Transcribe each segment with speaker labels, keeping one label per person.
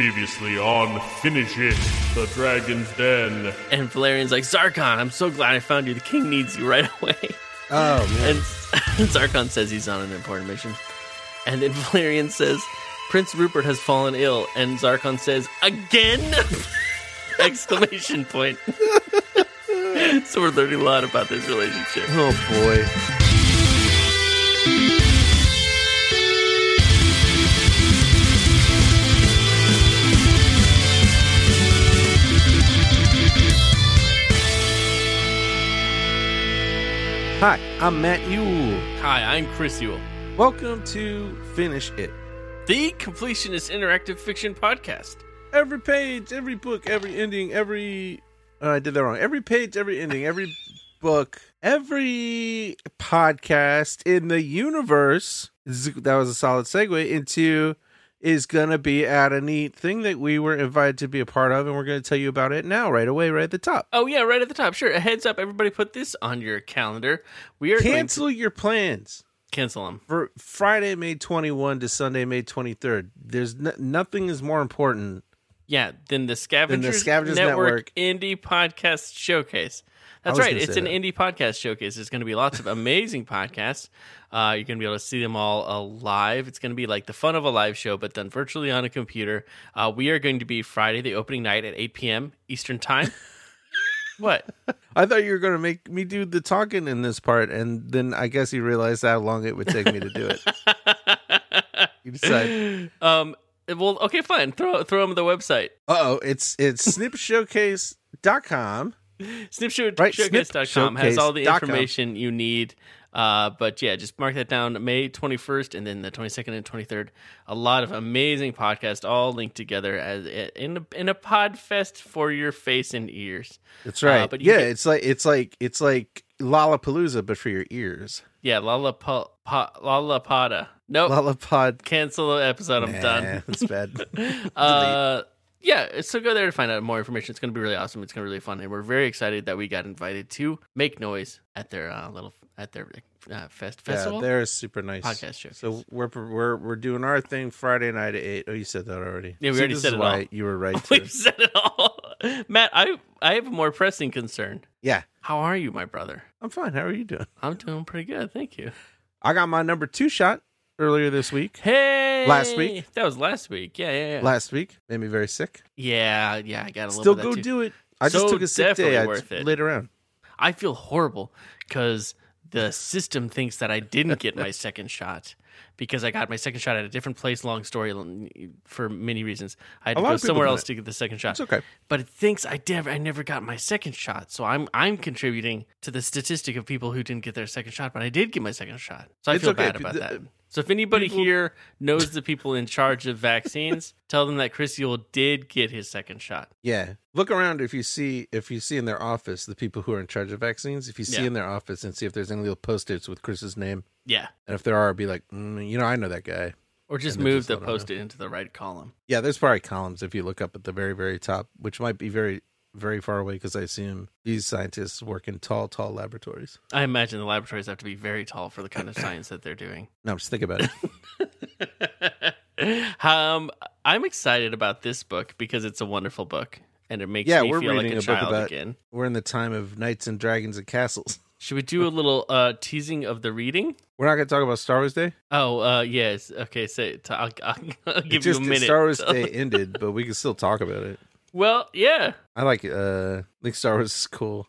Speaker 1: Previously on Finish It, the Dragon's Den.
Speaker 2: And Valerian's like, Zarkon, I'm so glad I found you. The king needs you right away.
Speaker 3: Oh man.
Speaker 2: And, and Zarkon says he's on an important mission. And then Valerian says, Prince Rupert has fallen ill. And Zarkon says, Again? Exclamation point. so we're learning a lot about this relationship.
Speaker 3: oh boy. Hi, I'm Matt Yule.
Speaker 2: Hi, I'm Chris Ewell,
Speaker 3: Welcome to Finish It.
Speaker 2: the Completionist Interactive Fiction Podcast.
Speaker 3: Every page, every book, every ending, every. Uh, I did that wrong. Every page, every ending, every book, every podcast in the universe. z- That was a solid segue into is going to be at a neat thing that we were invited to be a part of, and we're going to tell you about it now, right away, right at the top.
Speaker 2: Oh, yeah, right at the top. Sure. A heads up, everybody put this on your calendar. We are going to
Speaker 3: Cancel your plans.
Speaker 2: cancel them.
Speaker 3: for Friday, May 21 to Sunday, May 23rd. There's n- nothing is more important.
Speaker 2: Yeah, then the Scavengers,
Speaker 3: Scavengers
Speaker 2: Network,
Speaker 3: Network.
Speaker 2: Indie Podcast Showcase. That's
Speaker 3: was
Speaker 2: right.
Speaker 3: gonna
Speaker 2: It's
Speaker 3: say
Speaker 2: an
Speaker 3: that.
Speaker 2: indie podcast showcase. There's going to be lots of amazing podcasts. Uh, you're going to be able to see them all uh, live. It's going to be like the fun of a live show, but done virtually on a computer. Uh, we are going to be Friday, the opening night at 8 p.m. Eastern Time. what?
Speaker 3: I thought you were going to make me do the talking in this part, and then I guess you realized how long it would take me to do it. You decide,
Speaker 2: Um. Well, okay, fine. Throw throw them the website.
Speaker 3: uh oh, it's it's snipshowcase.com. Right,
Speaker 2: Snipshowcase.com has all the
Speaker 3: snipshowcase.com.
Speaker 2: information you need. Uh, but yeah, just mark that down May 21st and then the 22nd and 23rd. A lot of amazing podcasts all linked together as eh, in a, in a pod fest for your face and ears.
Speaker 3: That's right.
Speaker 2: Uh, but
Speaker 3: but
Speaker 2: you
Speaker 3: yeah,
Speaker 2: get-
Speaker 3: it's like it's like it's like Lollapalooza, but for your ears.
Speaker 2: Yeah, Lollapa- pa- Lollapada. Nope.
Speaker 3: Lollapod.
Speaker 2: Cancel the episode. Oh. I'm
Speaker 3: Nah,
Speaker 2: done.
Speaker 3: That's bad.
Speaker 2: Uh, yeah, so go there to find out more information. It's going to be really awesome. It's going to be really fun, and we're very excited that we got invited to make noise at their uh, little at their uh, fest
Speaker 3: yeah,
Speaker 2: festival.
Speaker 3: they're super nice.
Speaker 2: Podcast showcase.
Speaker 3: So we're we're we're doing our thing Friday night at eight. Oh, you said that already.
Speaker 2: Yeah, we
Speaker 3: See,
Speaker 2: already
Speaker 3: this
Speaker 2: said
Speaker 3: is
Speaker 2: it
Speaker 3: why
Speaker 2: all.
Speaker 3: You were right.
Speaker 2: We've
Speaker 3: too.
Speaker 2: said it all. Matt, I I have a more pressing concern.
Speaker 3: Yeah,
Speaker 2: How are you, my brother?
Speaker 3: I'm fine. How are you doing?
Speaker 2: I'm doing pretty good, thank you.
Speaker 3: I got my number two shot earlier this week.
Speaker 2: Hey,
Speaker 3: Last week?
Speaker 2: That was last week. Yeah, yeah, yeah.
Speaker 3: Last week made me very sick.
Speaker 2: yeah, yeah. I got a little.
Speaker 3: Still
Speaker 2: bit of
Speaker 3: go
Speaker 2: that too.
Speaker 3: do it. I
Speaker 2: So
Speaker 3: just took a sick
Speaker 2: definitely
Speaker 3: day. I
Speaker 2: worth
Speaker 3: just
Speaker 2: it.
Speaker 3: laid around.
Speaker 2: I feel horrible because the system thinks that I didn't get my second shot because I got my second shot at a different place. Long story l- for many reasons. I had to
Speaker 3: A lot
Speaker 2: go
Speaker 3: of people
Speaker 2: somewhere
Speaker 3: do
Speaker 2: else
Speaker 3: that.
Speaker 2: to get the second shot.
Speaker 3: It's okay.
Speaker 2: But it thinks I never, I never got my second shot. So I'm, I'm contributing to the statistic of people who didn't get their second shot. But I did get my second shot, so I
Speaker 3: It's
Speaker 2: feel
Speaker 3: okay.
Speaker 2: bad about
Speaker 3: The-
Speaker 2: that. So if anybody here knows the people in charge of vaccines, tell them that Chris Yule did get his second shot.
Speaker 3: Yeah. Look around if you see if you see in their office the people who are in charge of vaccines. If you see
Speaker 2: Yeah.
Speaker 3: in their office and see if there's any little post-its with Chris's name,
Speaker 2: Yeah,
Speaker 3: and if there are, be like, mm, you know, I know that guy.
Speaker 2: or just
Speaker 3: And they
Speaker 2: move
Speaker 3: just
Speaker 2: the
Speaker 3: let 'em know.
Speaker 2: post it into the right column.
Speaker 3: Yeah, there's probably columns if you look up at the very, very top, which might be very, very far away because I assume these scientists work in tall, tall laboratories.
Speaker 2: I imagine the laboratories have to be very tall for the kind of science that they're doing.
Speaker 3: No, just think about it.
Speaker 2: um, I'm excited about this book because it's a wonderful book, and it makes
Speaker 3: Yeah,
Speaker 2: me
Speaker 3: we're
Speaker 2: feel like
Speaker 3: reading
Speaker 2: a,
Speaker 3: a book
Speaker 2: child
Speaker 3: about-
Speaker 2: again.
Speaker 3: We're in the time of knights and dragons and castles.
Speaker 2: Should we do a little uh, teasing of the reading?
Speaker 3: We're not going to talk about Star Wars Day.
Speaker 2: Oh, uh, yes. Okay, say so I'll, I'll, I'll give
Speaker 3: just
Speaker 2: you a
Speaker 3: that
Speaker 2: minute.
Speaker 3: Star Wars Day ended, but we can still talk about it.
Speaker 2: Well, yeah.
Speaker 3: I like it. Uh, I think Star Wars is cool.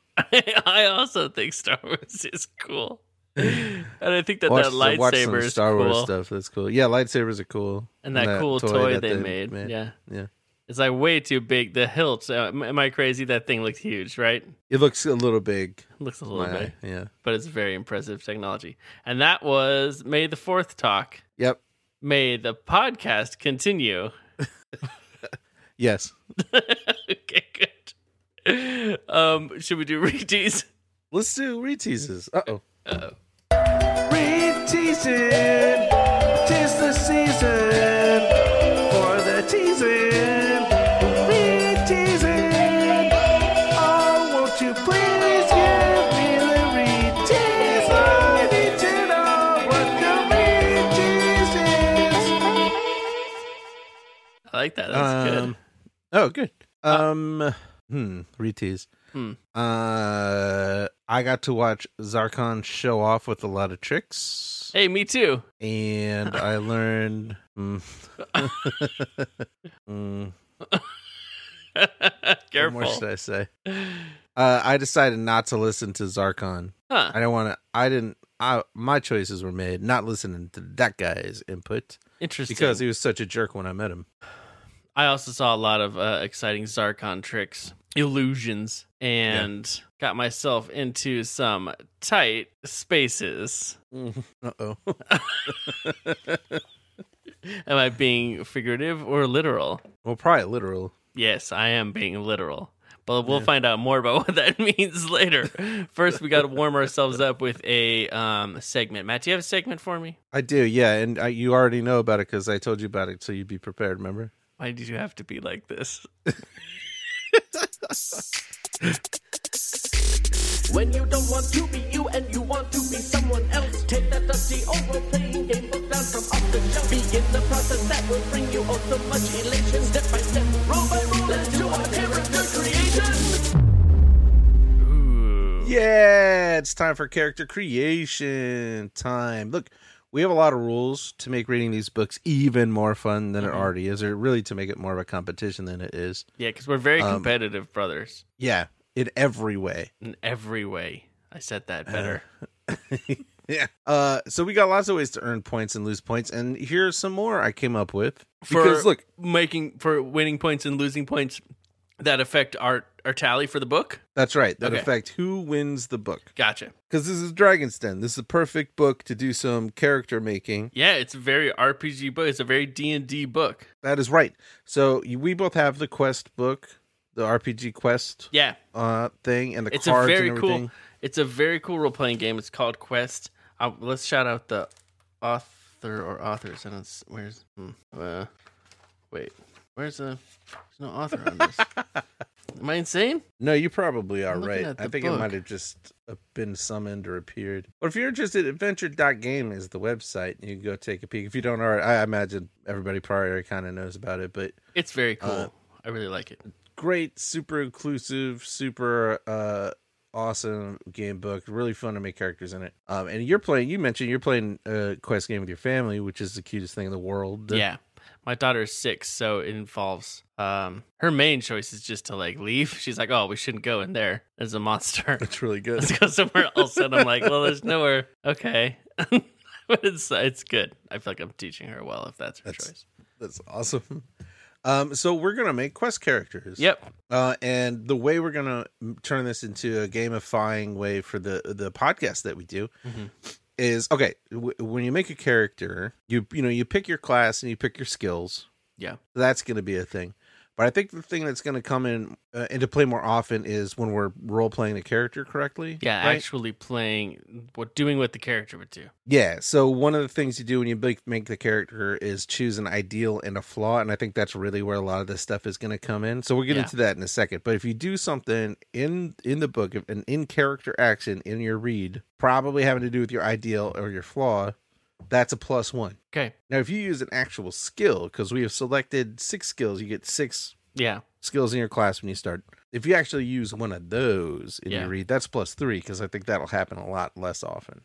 Speaker 2: I also think Star Wars is cool, and I think that that
Speaker 3: the- watch some
Speaker 2: lightsaber is
Speaker 3: Star
Speaker 2: cool,
Speaker 3: Wars stuff. That's cool. Yeah, lightsabers are cool.
Speaker 2: and that, cool toy,
Speaker 3: that
Speaker 2: they, made. Yeah,
Speaker 3: yeah.
Speaker 2: it's like way too big. The hilt. Uh, am- am I crazy? That thing looked huge, right?
Speaker 3: It looks a little big.
Speaker 2: Looks a little
Speaker 3: My
Speaker 2: bit,
Speaker 3: eye. Yeah.
Speaker 2: but it's very impressive technology. And that was May the Fourth talk.
Speaker 3: Yep.
Speaker 2: May the podcast continue.
Speaker 3: Yes.
Speaker 2: okay, good. Um, should we do retees?
Speaker 3: Let's do re-teases. Uh-oh.
Speaker 2: Uh-oh.
Speaker 3: Re-teasing. Tis the season for the teasing. Re-teasing. Oh, won't you please give me the re-tease? I need to know what the re-tease is.
Speaker 2: I like that. That's good. Uh,
Speaker 3: Um, Oh, good. Um, hmm, retease.
Speaker 2: Hmm.
Speaker 3: Uh, I got to watch Zarkon show off with a lot of tricks,
Speaker 2: Hey, me too.
Speaker 3: and I learned. Mm. Mm, what more should
Speaker 2: Careful.
Speaker 3: I say? Uh, I decided not to listen to Zarkon.
Speaker 2: Huh.
Speaker 3: I don't want to. I didn't. I my choices were made not listening to that guy's input
Speaker 2: Interesting.
Speaker 3: because he was such a jerk when I met him.
Speaker 2: I also saw a lot of uh, exciting Zarkon tricks, illusions, and got myself into some tight spaces.
Speaker 3: Uh oh.
Speaker 2: Am I being figurative or literal?
Speaker 3: well, probably literal.
Speaker 2: Yes, I am being literal. But we'll find out more about what that means later. First, we got to warm ourselves up with a um, segment. Matt, do you have a segment for me?
Speaker 3: I do, yeah, and I, you already know about it because I told you about it, so you'd be prepared. Remember?
Speaker 2: Why did you have to be like this?
Speaker 4: When you don't want to be you and you want to be someone else, take that dusty over playing game book down from off the shelf. Begin the process that will bring you all so much elation. Step by step, roll by roll, let's do our character creation.
Speaker 2: Ooh.
Speaker 3: Yeah, it's time for character creation time. Look, we have a lot of rules to make reading these books even more fun than
Speaker 2: Mm-hmm.
Speaker 3: it already is, or really to make it more of a competition than it is.
Speaker 2: Yeah, because we're very
Speaker 3: Um,
Speaker 2: competitive, brothers,
Speaker 3: Yeah, in every way.
Speaker 2: in every way. I said that better.
Speaker 3: Yeah. Uh, so we got lots of ways to earn points and lose points, and here are some more I came up with.
Speaker 2: for
Speaker 3: because look,
Speaker 2: making for winning points and losing points that affect our our tally for the book.
Speaker 3: that's right. That
Speaker 2: Okay.
Speaker 3: affect who wins the book.
Speaker 2: Gotcha.
Speaker 3: Because this is Dragon's Den. This is a perfect book to do some character making.
Speaker 2: Yeah, it's a very RPG book. It's a very D and D book.
Speaker 3: That is right. So you- we both have the quest book, the RPG quest
Speaker 2: Yeah,
Speaker 3: uh, thing, and the
Speaker 2: it's a
Speaker 3: cards
Speaker 2: very
Speaker 3: and everything.
Speaker 2: cool. It's a very cool role playing game. It's called Quest. Uh, let's shout out the author or authors. And it's where's hmm, uh, wait, where's the there's no author on this. Am I insane?
Speaker 3: No, you probably are
Speaker 2: looking
Speaker 3: right.
Speaker 2: at
Speaker 3: I
Speaker 2: the
Speaker 3: think it
Speaker 2: book.
Speaker 3: might have just uh, been summoned or appeared. But if you're interested, adventure.game is the website. You can go take a peek. If you don't already, I imagine everybody probably kind of knows about it, but
Speaker 2: It's very cool.
Speaker 3: Uh,
Speaker 2: I really like it.
Speaker 3: great, super inclusive, super uh awesome game book. Really fun to make characters in it. Um and you're playing you mentioned you're playing a quest game with your family, which is the cutest thing in the world.
Speaker 2: yeah my daughter is six so it involves um her main choice is just to like leave she's like oh we shouldn't go in there there's a monster
Speaker 3: It's really good.
Speaker 2: let's go somewhere else and i'm like well there's nowhere okay but it's it's good i feel like i'm teaching her well if that's her
Speaker 3: That's-
Speaker 2: choice
Speaker 3: That's awesome. Um so we're going to make quest characters.
Speaker 2: yep
Speaker 3: Uh and the way we're going to turn this into a gamifying way for the the podcast that we do
Speaker 2: Mhm.
Speaker 3: is okay, w- when you make a character, you you know, you pick your class and you pick your skills.
Speaker 2: yeah
Speaker 3: that's going to be a thing. But I think the thing that's going to come in uh, into play more often is when we're role playing the character correctly.
Speaker 2: yeah
Speaker 3: right?
Speaker 2: actually playing what doing what the character would do
Speaker 3: yeah. So one of the things you do when you make, make the character is choose an ideal and a flaw, and I think that's really where a lot of this stuff is going to come in. So we'll get
Speaker 2: Yeah.
Speaker 3: into that in a second. But if you do something in in the book, an in character action in your read, probably having to do with your ideal or your flaw, that's a plus one.
Speaker 2: okay
Speaker 3: Now, if you use an actual skill, because we have selected six skills, you get six
Speaker 2: yeah
Speaker 3: skills in your class when you start. If you actually use one of those in
Speaker 2: Yeah.
Speaker 3: your read, that's plus three because I think that'll happen a lot less often.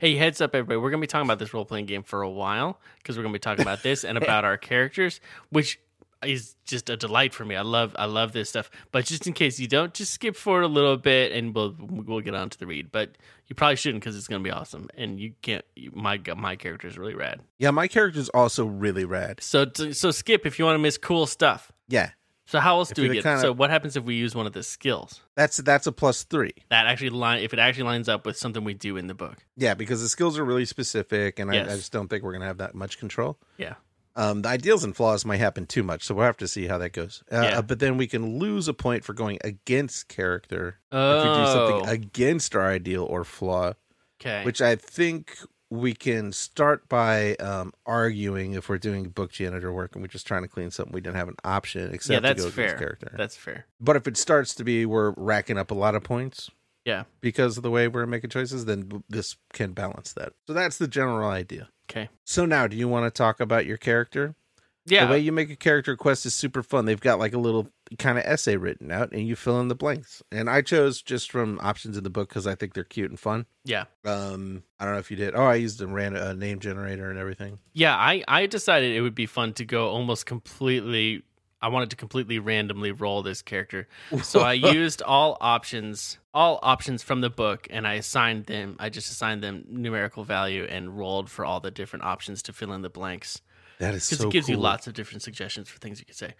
Speaker 2: Hey, heads up, everybody. We're going to be talking about this role playing game for a while because we're going to be talking about this and about our characters, which is just a delight for me. I love I love this stuff. But just in case you don't, just skip forward a little bit and we'll we'll get on to the read. But you probably shouldn't because it's going to be awesome. And you can't. You, my g- my character is really rad.
Speaker 3: Yeah, my character's also really rad.
Speaker 2: So t- so skip if you want to miss cool stuff.
Speaker 3: Yeah,
Speaker 2: So how else
Speaker 3: If
Speaker 2: do we
Speaker 3: you're the
Speaker 2: get?
Speaker 3: kinda-
Speaker 2: So what happens if we use one of the skills
Speaker 3: that's that's a plus three.
Speaker 2: that actually line if it actually lines up with something we do in the book?
Speaker 3: Yeah, because the skills are really specific, and I, I
Speaker 2: Yes.
Speaker 3: just don't think we're gonna have that much control.
Speaker 2: Yeah.
Speaker 3: Um, the ideals and flaws might happen too much, so we'll have to see how that goes. Uh,
Speaker 2: Yeah.
Speaker 3: But then we can lose a point for going against character if we do
Speaker 2: Oh.
Speaker 3: something against our ideal or flaw.
Speaker 2: okay.
Speaker 3: which I think we can start by um, arguing if we're doing book janitor work and we're just trying to clean something we didn't have an option except
Speaker 2: yeah, that's
Speaker 3: to go against
Speaker 2: fair.
Speaker 3: character.
Speaker 2: That's fair.
Speaker 3: but if it starts to be we're racking up a lot of points
Speaker 2: Yeah.
Speaker 3: because of the way we're making choices, then this can balance that. So that's the general idea.
Speaker 2: Okay.
Speaker 3: So now, do you want to talk about your character?
Speaker 2: Yeah.
Speaker 3: The way you make a character quest is super fun. They've got like a little kind of essay written out and you fill in the blanks. And I chose just from options in the book because I think they're cute and fun.
Speaker 2: yeah.
Speaker 3: Um, I don't know if you did. Oh, I used a ran a name generator and everything.
Speaker 2: Yeah, I, I decided it would be fun to go almost completely. I wanted to completely randomly roll this character. So I used all options, all options from the book, and I assigned them. I just assigned them numerical value and rolled for all the different options to fill in the blanks
Speaker 3: That is
Speaker 2: because
Speaker 3: so
Speaker 2: it gives you
Speaker 3: cool.
Speaker 2: lots of different suggestions for things you could say.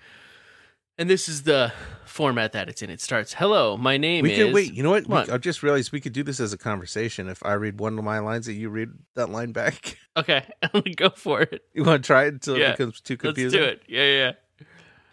Speaker 2: And this is the format that it's in. It starts, "Hello, my name
Speaker 3: We
Speaker 2: is."
Speaker 3: could wait. You know what? We-
Speaker 2: What?
Speaker 3: I just realized we could do this as a conversation. If I read one of my lines, that you read that line back.
Speaker 2: Okay, go for it.
Speaker 3: You want to try it until
Speaker 2: Yeah.
Speaker 3: it becomes too confusing.
Speaker 2: Let's do it. Yeah, yeah. yeah.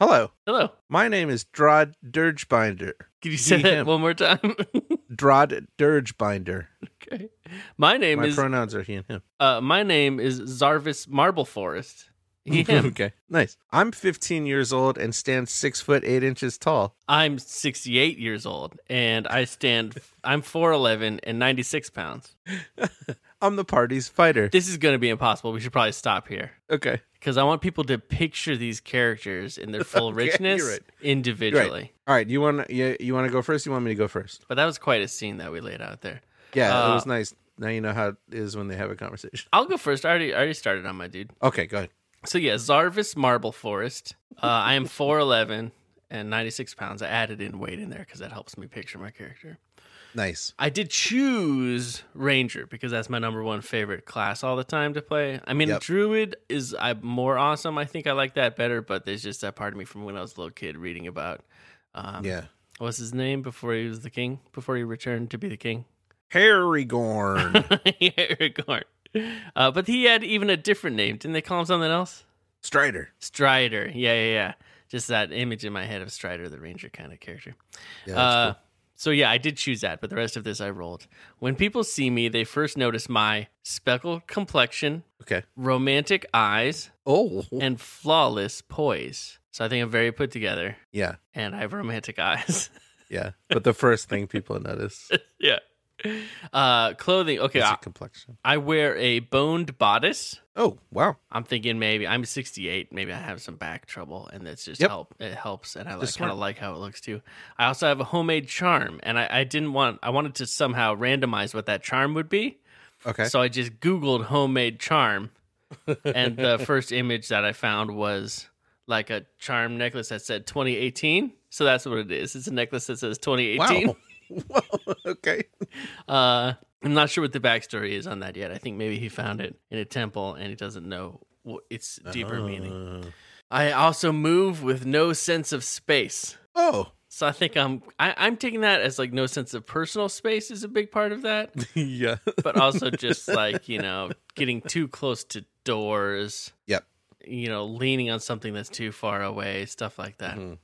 Speaker 3: Hello,
Speaker 2: Hello.
Speaker 3: my name is Drod Dirgebinder.
Speaker 2: Can you say
Speaker 3: He,
Speaker 2: that
Speaker 3: him.
Speaker 2: one more time?
Speaker 3: Drod Dirgebinder.
Speaker 2: okay. My name
Speaker 3: My
Speaker 2: is
Speaker 3: pronouns are he and him.
Speaker 2: Uh, my name is Zarvis Marbleforest. He, him.
Speaker 3: okay, nice. I'm 15 years old and stand six foot eight inches tall.
Speaker 2: I'm 68 years old, and I stand. I'm 4'11 and 96 pounds.
Speaker 3: I'm the party's fighter.
Speaker 2: This is going to be impossible. We should probably stop here
Speaker 3: Okay,
Speaker 2: because I want people to picture these characters in their full
Speaker 3: Okay,
Speaker 2: richness
Speaker 3: you're right. You're
Speaker 2: individually.
Speaker 3: right. All right, you want you, you want to go first? You want me to go first?
Speaker 2: But that was quite a scene that we laid out there.
Speaker 3: Yeah,
Speaker 2: Uh,
Speaker 3: it was nice. Now you know how it is when they have a conversation.
Speaker 2: I'll go first. I already, I already started on my dude.
Speaker 3: Okay, go ahead.
Speaker 2: So yeah, Zarvis Marbleforest. Uh, I am 4'11 and 96 pounds. I added in weight in there because that helps me picture my character.
Speaker 3: Nice.
Speaker 2: I did choose Ranger because that's my number one favorite class all the time to play. I mean,
Speaker 3: Yep.
Speaker 2: Druid is I more awesome. I think I like that better, but there's just that part of me from when I was a little kid reading about um,
Speaker 3: Yeah.
Speaker 2: what was his name before he was the king, before he returned to be the king,
Speaker 3: Harry Gorn.
Speaker 2: Aragorn. Uh, but he had even a different name. Didn't they call him something else?
Speaker 3: Strider.
Speaker 2: Strider. Yeah, yeah, yeah. Just that image in my head of Strider, the Ranger kind of character.
Speaker 3: Yeah,
Speaker 2: Uh, So yeah, I did choose that, but the rest of this I rolled. When people see me, they first notice my speckled complexion,
Speaker 3: Okay.
Speaker 2: romantic eyes,
Speaker 3: Oh.
Speaker 2: and flawless poise. So I think I'm very put together,
Speaker 3: Yeah.
Speaker 2: and I have romantic eyes.
Speaker 3: Yeah. But the first thing people notice
Speaker 2: yeah. Uh, clothing. Okay,
Speaker 3: is
Speaker 2: I,
Speaker 3: your complexion.
Speaker 2: I wear a boned bodice.
Speaker 3: Oh, wow.
Speaker 2: I'm thinking maybe I'm 68. Maybe I have some back trouble, and that's just
Speaker 3: Yep.
Speaker 2: help. It helps, and I like,
Speaker 3: Just
Speaker 2: kind of
Speaker 3: smart.
Speaker 2: like how it looks too. I also have a homemade charm, and I, I didn't want. I wanted to somehow randomize what that charm would be,
Speaker 3: Okay.
Speaker 2: so I just Googled homemade charm, and the first image that I found was like a charm necklace that said 2018. So that's what it is. It's a necklace that says 2018.
Speaker 3: wow. Whoa. Okay.
Speaker 2: Uh, I'm not sure what the backstory is on that yet. I think maybe he found it in a temple and he doesn't know what its deeper meaning.
Speaker 3: Uh,
Speaker 2: I also move with no sense of space.
Speaker 3: oh.
Speaker 2: So I think I'm I, I'm taking that as like no sense of personal space is a big part of that,
Speaker 3: yeah.
Speaker 2: but also just like you know getting too close to doors,
Speaker 3: Yep.
Speaker 2: you know leaning on something that's too far away, stuff like that.
Speaker 3: Mhm.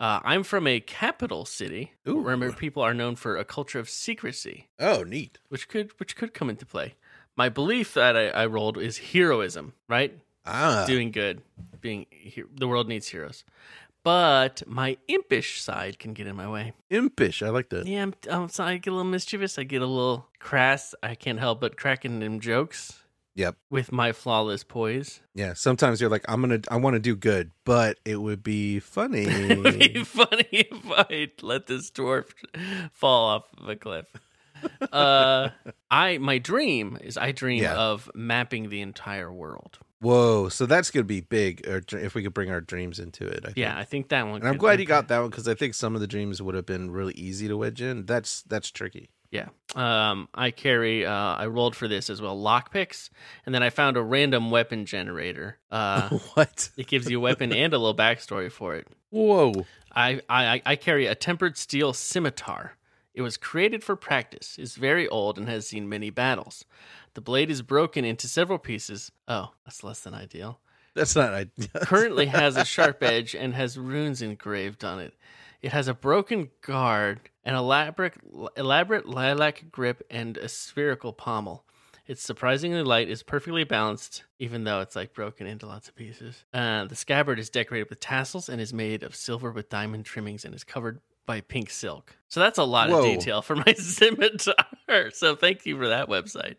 Speaker 2: Uh, I'm from a capital city
Speaker 3: Ooh.
Speaker 2: where people are known for a culture of secrecy
Speaker 3: Oh, neat.
Speaker 2: which could which could come into play. My belief that I, I rolled is heroism, right?
Speaker 3: Ah.
Speaker 2: Doing good, being he- the world needs heroes. But my impish side can get in my way.
Speaker 3: Impish. I like that.
Speaker 2: Yeah, I'm, I'm sorry, I get a little mischievous. I get a little crass. I can't help but cracking them jokes
Speaker 3: Yep.
Speaker 2: with my flawless poise.
Speaker 3: Yeah. Sometimes you're like, I'm gonna I wanna do good, but it would be funny.
Speaker 2: It would
Speaker 3: Mm.
Speaker 2: be funny if I let this dwarf fall off of a cliff. Uh, I my dream is I dream
Speaker 3: Yeah.
Speaker 2: of mapping the entire world.
Speaker 3: Whoa. So that's gonna be big or dr- if we could bring our dreams into it. I think.
Speaker 2: Yeah, I think that one.
Speaker 3: And I'm
Speaker 2: could-
Speaker 3: glad you got that one because I think some of the dreams would have been really easy to wedge in. That's that's tricky.
Speaker 2: Yeah. Um, I carry. Uh, I rolled for this as well. Lockpicks, and then I found a random weapon generator. Uh,
Speaker 3: what?
Speaker 2: it gives you a weapon and a little backstory for it.
Speaker 3: Whoa.
Speaker 2: I, I I carry a tempered steel scimitar. It was created for practice. It's very old and has seen many battles. The blade is broken into several pieces. Oh, that's less than ideal.
Speaker 3: That's not idea.
Speaker 2: currently has a sharp edge and has runes engraved on it. It has a broken guard, an elaborate elaborate lilac grip, and a spherical pommel. It's surprisingly light, is perfectly balanced, even though it's like broken into lots of pieces. Uh, the scabbard is decorated with tassels and is made of silver with diamond trimmings and is covered by pink silk. So that's a lot of
Speaker 3: Whoa.
Speaker 2: detail for my scimitar. So thank you for that website.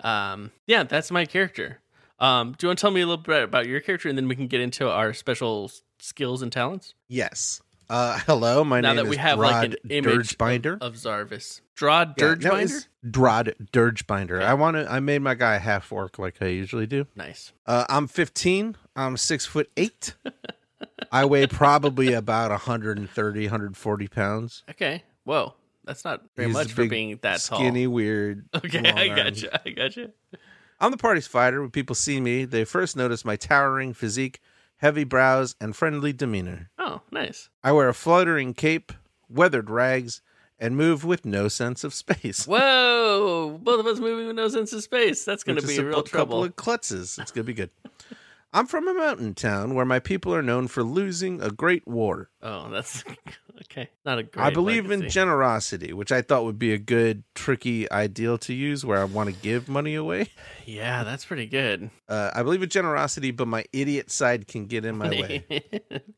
Speaker 2: Um, yeah, that's my character. Um, do you want to tell me a little bit about your character, and then we can get into our special s- skills and talents
Speaker 3: Yes. Uh, hello, my
Speaker 2: Now
Speaker 3: name
Speaker 2: that
Speaker 3: is
Speaker 2: we have, like,
Speaker 3: Rod
Speaker 2: an image
Speaker 3: Dirgebinder.
Speaker 2: of Zarvis? Draw Dirgebinder.
Speaker 3: Yeah, that is Drod Dirgebinder. I want to. I made my guy half orc like I usually do.
Speaker 2: nice.
Speaker 3: Uh, I'm 15. I'm six foot eight. I weigh probably about 130, 140 pounds.
Speaker 2: Okay. Whoa, that's not very
Speaker 3: He's
Speaker 2: much
Speaker 3: a
Speaker 2: for
Speaker 3: big,
Speaker 2: being that
Speaker 3: Skinny, weird.
Speaker 2: tall. Okay,
Speaker 3: long
Speaker 2: I
Speaker 3: arms.
Speaker 2: gotcha. I gotcha.
Speaker 3: I'm the party's fighter. When people see me, they first notice my towering physique, heavy brows, and friendly demeanor.
Speaker 2: Oh, nice.
Speaker 3: I wear a fluttering cape, weathered rags, and move with no sense of space.
Speaker 2: Whoa, both of us moving with no sense of space. That's going to
Speaker 3: Just
Speaker 2: be real
Speaker 3: cou- couple
Speaker 2: trouble.
Speaker 3: of klutzes. It's gonna be good. I'm from a mountain town where my people are known for losing a great war.
Speaker 2: Oh, that's okay. Not a great.
Speaker 3: I believe in
Speaker 2: legacy.
Speaker 3: generosity, which I thought would be a good tricky ideal to use where I want to give money away.
Speaker 2: Yeah, that's pretty good.
Speaker 3: Uh, I believe in generosity, but my idiot side can get in my way,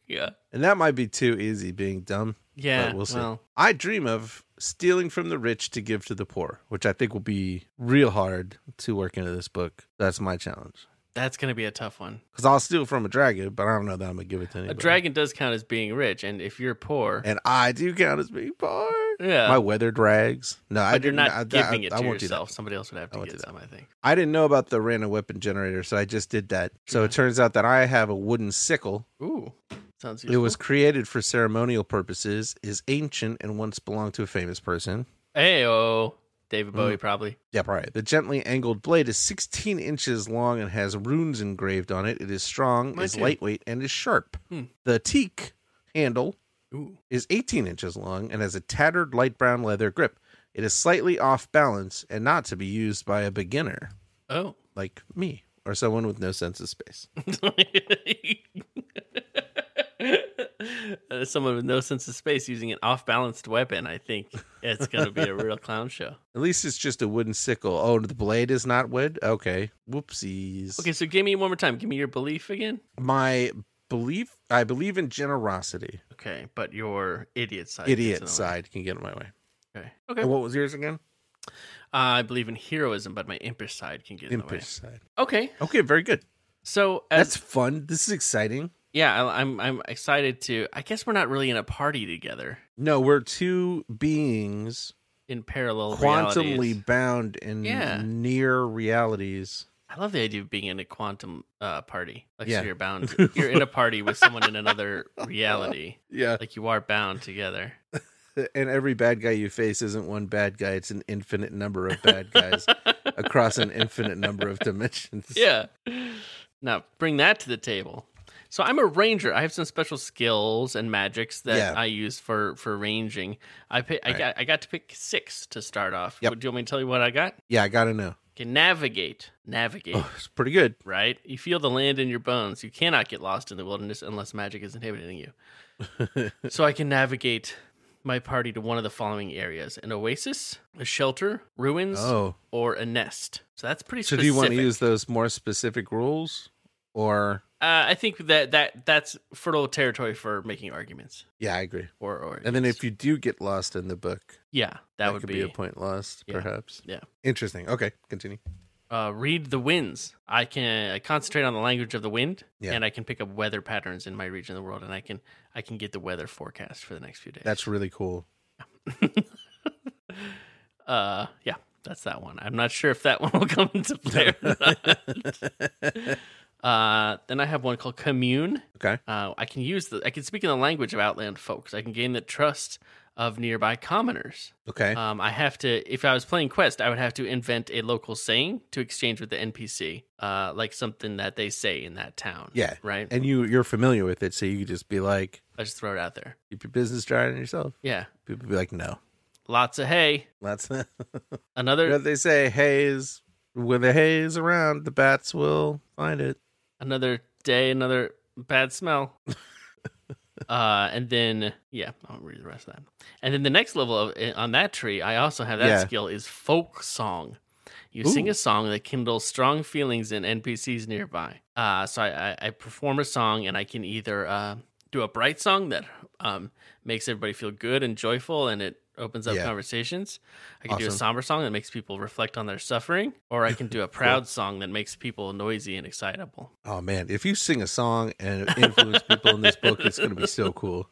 Speaker 2: yeah.
Speaker 3: and that might be too easy being dumb.
Speaker 2: Yeah.
Speaker 3: but we'll see.
Speaker 2: Well,
Speaker 3: I dream of stealing from the rich to give to the poor, which I think will be real hard to work into this book. That's my challenge.
Speaker 2: that's going to be a tough one.
Speaker 3: Because I'll steal from a dragon, but I don't know that I'm gonna give it to
Speaker 2: A
Speaker 3: anybody.
Speaker 2: dragon does count as being rich, and if you're poor,
Speaker 3: and I do count as being poor.
Speaker 2: yeah,
Speaker 3: My weathered rags. No, I
Speaker 2: but you're
Speaker 3: didn't-
Speaker 2: not
Speaker 3: I, I-
Speaker 2: giving it
Speaker 3: I
Speaker 2: to
Speaker 3: won't do that.
Speaker 2: yourself. Somebody else would have
Speaker 3: I
Speaker 2: to
Speaker 3: won't
Speaker 2: get
Speaker 3: do that.
Speaker 2: some. I think.
Speaker 3: I didn't know about the random weapon generator, so I just did that. So it turns out that I have a wooden sickle.
Speaker 2: Ooh, sounds.
Speaker 3: It
Speaker 2: Useful.
Speaker 3: was created for ceremonial purposes, is ancient, and once belonged to a famous person.
Speaker 2: Ayo, David Bowie
Speaker 3: Mm.
Speaker 2: probably.
Speaker 3: Yeah, right. The gently angled blade is 16 inches long and has runes engraved on it. It is strong,
Speaker 2: Mine
Speaker 3: is
Speaker 2: too.
Speaker 3: lightweight, and is sharp.
Speaker 2: Hmm.
Speaker 3: The teak handle
Speaker 2: Ooh,
Speaker 3: is 18 inches long and has a tattered light brown leather grip. It is slightly off balance and not to be used by a beginner
Speaker 2: oh,
Speaker 3: like me or someone with no sense of space.
Speaker 2: Uh, someone with no sense of space using an off-balanced weapon. I think it's going to be a real clown show.
Speaker 3: At least it's just a wooden sickle. Oh, the blade is not wood? Okay. Whoopsies.
Speaker 2: Okay, so give me one more time. Give me your belief again.
Speaker 3: My belief I believe in generosity.
Speaker 2: Okay, but your idiot side. gets in
Speaker 3: Idiot
Speaker 2: the way.
Speaker 3: side can get in my way.
Speaker 2: Okay.
Speaker 3: And
Speaker 2: Okay.
Speaker 3: what was yours again?
Speaker 2: I believe in heroism, but my impish side can get in
Speaker 3: Impish side.
Speaker 2: the way. Okay.
Speaker 3: Okay, very good.
Speaker 2: So as,
Speaker 3: That's fun. This is exciting.
Speaker 2: yeah, I, I'm I'm excited to. I guess we're not really in a party together
Speaker 3: No, we're two beings
Speaker 2: in parallel
Speaker 3: quantumly
Speaker 2: realities.
Speaker 3: bound in
Speaker 2: Yeah.
Speaker 3: near realities.
Speaker 2: I love the idea of being in a quantum uh, party. Like
Speaker 3: Yeah.
Speaker 2: so you're bound. You're in a party with someone in another reality.
Speaker 3: Yeah.
Speaker 2: Like you are bound together.
Speaker 3: And every bad guy you face isn't one bad guy, it's an infinite number of bad guys across an infinite number of dimensions.
Speaker 2: yeah. Now bring that to the table. So I'm a ranger. I have some special skills and magics that
Speaker 3: Yeah.
Speaker 2: I use for for ranging. I pick, I
Speaker 3: Right.
Speaker 2: got I got to pick six to start off.
Speaker 3: Yep.
Speaker 2: Do you want me to tell you what I got?
Speaker 3: Yeah, I gotta know.
Speaker 2: Can navigate, navigate.
Speaker 3: Oh, it's pretty good.
Speaker 2: Right? You feel the land in your bones. You cannot get lost in the wilderness unless magic is inhibiting you. so I can navigate my party to one of the following areas: an oasis, a shelter, ruins,
Speaker 3: Oh.
Speaker 2: or a nest. So that's pretty.
Speaker 3: So
Speaker 2: Specific.
Speaker 3: do you want to use those more specific rules? Or
Speaker 2: Uh, I think that that that's fertile territory for making arguments
Speaker 3: yeah, I agree.
Speaker 2: or or.
Speaker 3: And then if you do get lost in the book,
Speaker 2: yeah, that, would
Speaker 3: could
Speaker 2: be,
Speaker 3: a point lost,
Speaker 2: Yeah.
Speaker 3: perhaps.
Speaker 2: Yeah.
Speaker 3: Interesting. Okay, continue.
Speaker 2: Uh, read the winds. I can I concentrate on the language of the wind,
Speaker 3: Yeah.
Speaker 2: and I can pick up weather patterns in my region of the world, and I can I can get the weather forecast for the next few days.
Speaker 3: That's really cool.
Speaker 2: uh, yeah, that's that one. I'm not sure if that one will come into play. or not. uh, then I have one called commune.
Speaker 3: Okay.
Speaker 2: Uh, I can use the I can speak in the language of outland folks. I can gain the trust of nearby commoners.
Speaker 3: Okay.
Speaker 2: Um, I have to, if I was playing Quest, I would have to invent a local saying to exchange with the NPC, uh, like something that they say in that town.
Speaker 3: yeah.
Speaker 2: Right?
Speaker 3: And you you're familiar with it, so you could just be like,
Speaker 2: I just throw it out there.
Speaker 3: keep your business dry on yourself.
Speaker 2: Yeah.
Speaker 3: People be like, no.
Speaker 2: Lots of hay.
Speaker 3: That's you
Speaker 2: Another
Speaker 3: know, they say haze when the hay is around, the bats will find it.
Speaker 2: another day, another bad smell. uh, and then, yeah, I'll read the rest of that. And then the next level of, eh, on that tree, I also have that
Speaker 3: Yeah.
Speaker 2: skill is folk song. You sing
Speaker 3: Ooh.
Speaker 2: a song that kindles strong feelings in NPCs nearby. Uh, so I, I, I perform a song, and I can either uh, do a bright song that um, makes everybody feel good and joyful, and it opens up
Speaker 3: Yeah.
Speaker 2: conversations. I can do a
Speaker 3: Awesome.
Speaker 2: somber song that makes people reflect on their suffering, or I can do a proud song that makes people noisy and excitable.
Speaker 3: Oh man, if you sing a song and influence people in this book, it's going to be so cool.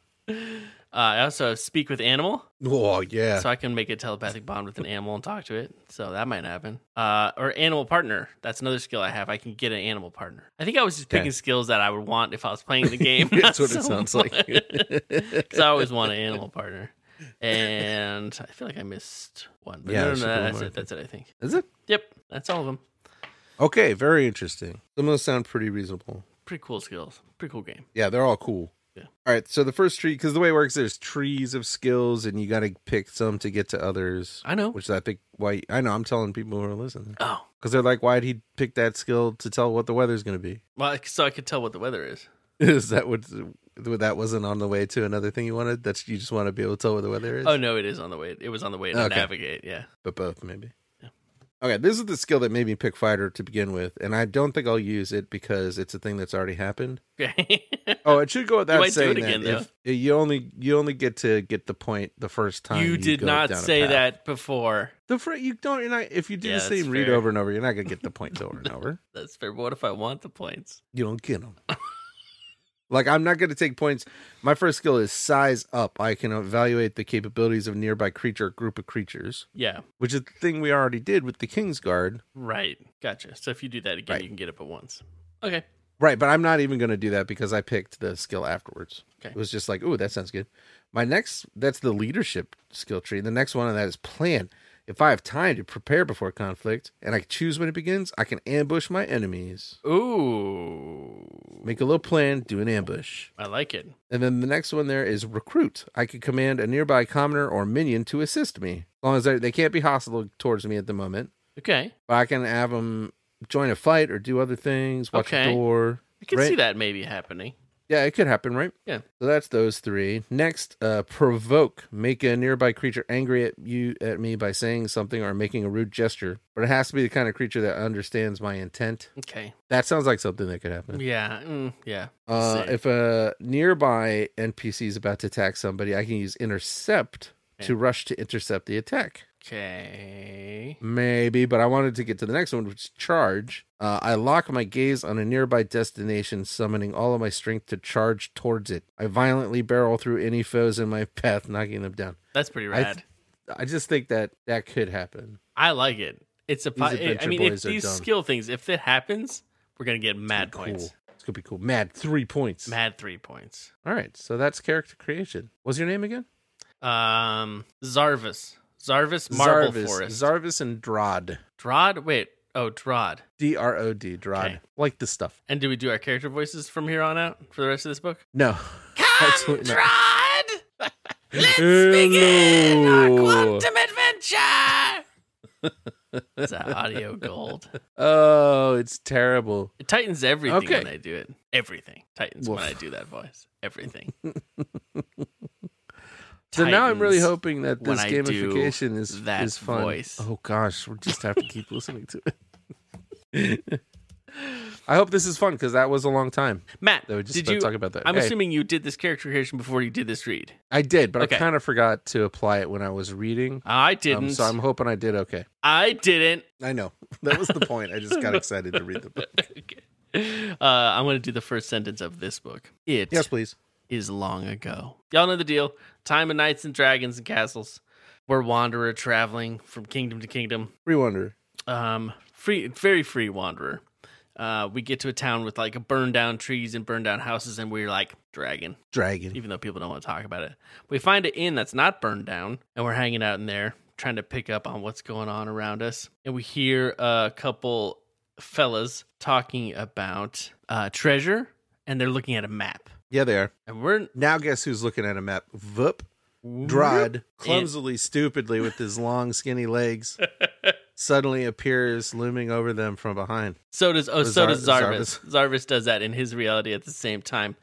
Speaker 2: Uh, I also have speak with animal,
Speaker 3: Oh yeah,
Speaker 2: so I can make a telepathic bond with an animal and talk to it. So that might happen. Uh, or animal partner. That's another skill I have. I can get an animal partner. I think I was just
Speaker 3: Okay.
Speaker 2: picking skills that I would want if I was playing the game.
Speaker 3: that's what it sounds like.
Speaker 2: Because I always want an animal partner. And I feel like I missed one. But
Speaker 3: Yeah,
Speaker 2: yeah, no,
Speaker 3: there's
Speaker 2: no,
Speaker 3: still
Speaker 2: no,
Speaker 3: one
Speaker 2: that's
Speaker 3: more, I
Speaker 2: it. That's it, I think.
Speaker 3: Is it
Speaker 2: Yep, that's all of them.
Speaker 3: okay? Very interesting. Some of those sound pretty reasonable.
Speaker 2: Pretty cool skills. Pretty cool game.
Speaker 3: Yeah, they're all cool.
Speaker 2: Yeah.
Speaker 3: All right, so the first tree, because the way it works, there's trees of skills, and you got to pick some to get to others.
Speaker 2: I know.
Speaker 3: Which is, I think, why I know I'm telling people who are listening
Speaker 2: Oh,
Speaker 3: because they're like, why'd he pick that skill to tell what the weather's going to be?
Speaker 2: well, I- so I could tell what the weather is.
Speaker 3: Is that what that wasn't on the way to another thing you wanted? That's you just want to be able to tell what the weather is.
Speaker 2: Oh no, it is on the way. It was on the way to
Speaker 3: Okay.
Speaker 2: navigate. Yeah.
Speaker 3: but both maybe. Okay, this is the skill that made me pick fighter to begin with, and I don't think I'll use it because it's a thing that's already happened.
Speaker 2: Okay.
Speaker 3: Oh, it should go without
Speaker 2: might do
Speaker 3: saying
Speaker 2: it again,
Speaker 3: that if- you only you only get to get the point the first time.
Speaker 2: you did
Speaker 3: go
Speaker 2: not
Speaker 3: down a
Speaker 2: say
Speaker 3: path.
Speaker 2: that before.
Speaker 3: The fr- you don't. You're not. If you do
Speaker 2: Yeah,
Speaker 3: the
Speaker 2: that's
Speaker 3: same read
Speaker 2: fair.
Speaker 3: over and over, you're not gonna get the points over and over.
Speaker 2: That's fair. But what if I want the points?
Speaker 3: You don't get them. like I'm not gonna take points. My first skill is size up. I can evaluate the capabilities of nearby creature or group of creatures,
Speaker 2: Yeah.
Speaker 3: which is the thing we already did with the King's Guard.
Speaker 2: Right. Gotcha. So if you do that again,
Speaker 3: Right.
Speaker 2: you can get it but once. Okay.
Speaker 3: Right, but I'm not even going to do that because I picked the skill afterwards.
Speaker 2: Okay.
Speaker 3: It was just like, oh, that sounds good. My next, that's the leadership skill tree. The next one on that is plan. If I have time to prepare before conflict and I choose when it begins, I can ambush my enemies.
Speaker 2: Ooh.
Speaker 3: Make a little plan, do an ambush.
Speaker 2: I like it.
Speaker 3: And then the next one there is recruit. I could command a nearby commoner or minion to assist me. As long as they, they can't be hostile towards me at the moment,
Speaker 2: Okay.
Speaker 3: but I can have them join a fight or do other things, watch
Speaker 2: Okay.
Speaker 3: a door.
Speaker 2: I can
Speaker 3: Right.
Speaker 2: see that maybe happening.
Speaker 3: Yeah, it could happen, right?
Speaker 2: Yeah.
Speaker 3: So that's those three. Next, uh, provoke. Make a nearby creature angry at you at me by saying something or making a rude gesture. But it has to be the kind of creature that understands my intent.
Speaker 2: Okay.
Speaker 3: That sounds like something that could happen.
Speaker 2: Yeah. Mm, yeah.
Speaker 3: Uh,
Speaker 2: Same.
Speaker 3: if a nearby NPC is about to attack somebody, I can use intercept to rush to intercept the attack.
Speaker 2: Okay.
Speaker 3: Maybe, but I wanted to get to the next one, which is charge. Uh, I lock my gaze on a nearby destination, summoning all of my strength to charge towards it. I violently barrel through any foes in my path, knocking them down.
Speaker 2: That's pretty
Speaker 3: I
Speaker 2: rad. I,
Speaker 3: th- I just think that that could happen.
Speaker 2: like it. It's a. Po- eh,
Speaker 3: These
Speaker 2: I
Speaker 3: adventure
Speaker 2: mean, if
Speaker 3: boys are
Speaker 2: these
Speaker 3: dumb.
Speaker 2: skill things, if it happens, we're gonna get mad points.
Speaker 3: Cool. It's gonna be cool. Mad three points.
Speaker 2: Mad three points.
Speaker 3: All right, so that's character creation. What's your name again?
Speaker 2: Um, Zarvis. Zarvis Marble
Speaker 3: Zarvis.
Speaker 2: Forest.
Speaker 3: Zarvis and Drod.
Speaker 2: Drod. Wait. Oh, Drod.
Speaker 3: D R O D. Drod.
Speaker 2: Okay.
Speaker 3: Like the stuff.
Speaker 2: And do we do our character voices from here on out for the rest of this book?
Speaker 3: No.
Speaker 2: Come,
Speaker 3: Absolutely not.
Speaker 2: Drod. Let's
Speaker 3: Hello.
Speaker 2: adventure. it's a audio gold.
Speaker 3: Oh, it's terrible.
Speaker 2: It tightens everything
Speaker 3: Okay.
Speaker 2: when I do it. Everything tightens when
Speaker 3: Woof.
Speaker 2: I do that voice. Everything.
Speaker 3: So now I'm really
Speaker 2: Tightens
Speaker 3: hoping that
Speaker 2: when
Speaker 3: this
Speaker 2: I do
Speaker 3: gamification is
Speaker 2: that
Speaker 3: is fun.
Speaker 2: voice.
Speaker 3: Oh gosh, we just have to keep listening to it. I hope this is fun because that was a long time.
Speaker 2: Matt,
Speaker 3: That we just
Speaker 2: did
Speaker 3: about
Speaker 2: you
Speaker 3: talk about that.
Speaker 2: I'm
Speaker 3: Hey.
Speaker 2: assuming you did this character creation before you did this read.
Speaker 3: I did, but
Speaker 2: Okay.
Speaker 3: I kind of forgot to apply it when I was reading.
Speaker 2: I
Speaker 3: Um,
Speaker 2: didn't.
Speaker 3: so I'm hoping I did okay.
Speaker 2: I didn't.
Speaker 3: I know that was the point. I just got excited to read the book.
Speaker 2: Okay. Uh, I'm going to do the first sentence of this book. It is
Speaker 3: Yes, please.
Speaker 2: long ago. Y'all know the deal. Time of knights and dragons and castles. We're wanderer traveling from kingdom to kingdom.
Speaker 3: Free wonder.
Speaker 2: um, free, very free wanderer. Uh, we get to a town with like burned down trees and burned down houses, and we're like dragon,
Speaker 3: Dragon.
Speaker 2: even though people don't want to talk about it. We find an inn that's not burned down, and we're hanging out in there trying to pick up on what's going on around us. And we hear a couple fellas talking about uh, treasure, and they're looking at a map.
Speaker 3: Yeah, they are.
Speaker 2: And we're
Speaker 3: Now guess who's looking at a map? Vup. Drod, clumsily, stupidly, with his long, skinny legs, suddenly appears looming over them from behind.
Speaker 2: so does oh so
Speaker 3: Zar-
Speaker 2: does Zarvis. Zarvis does that in his reality at the same time.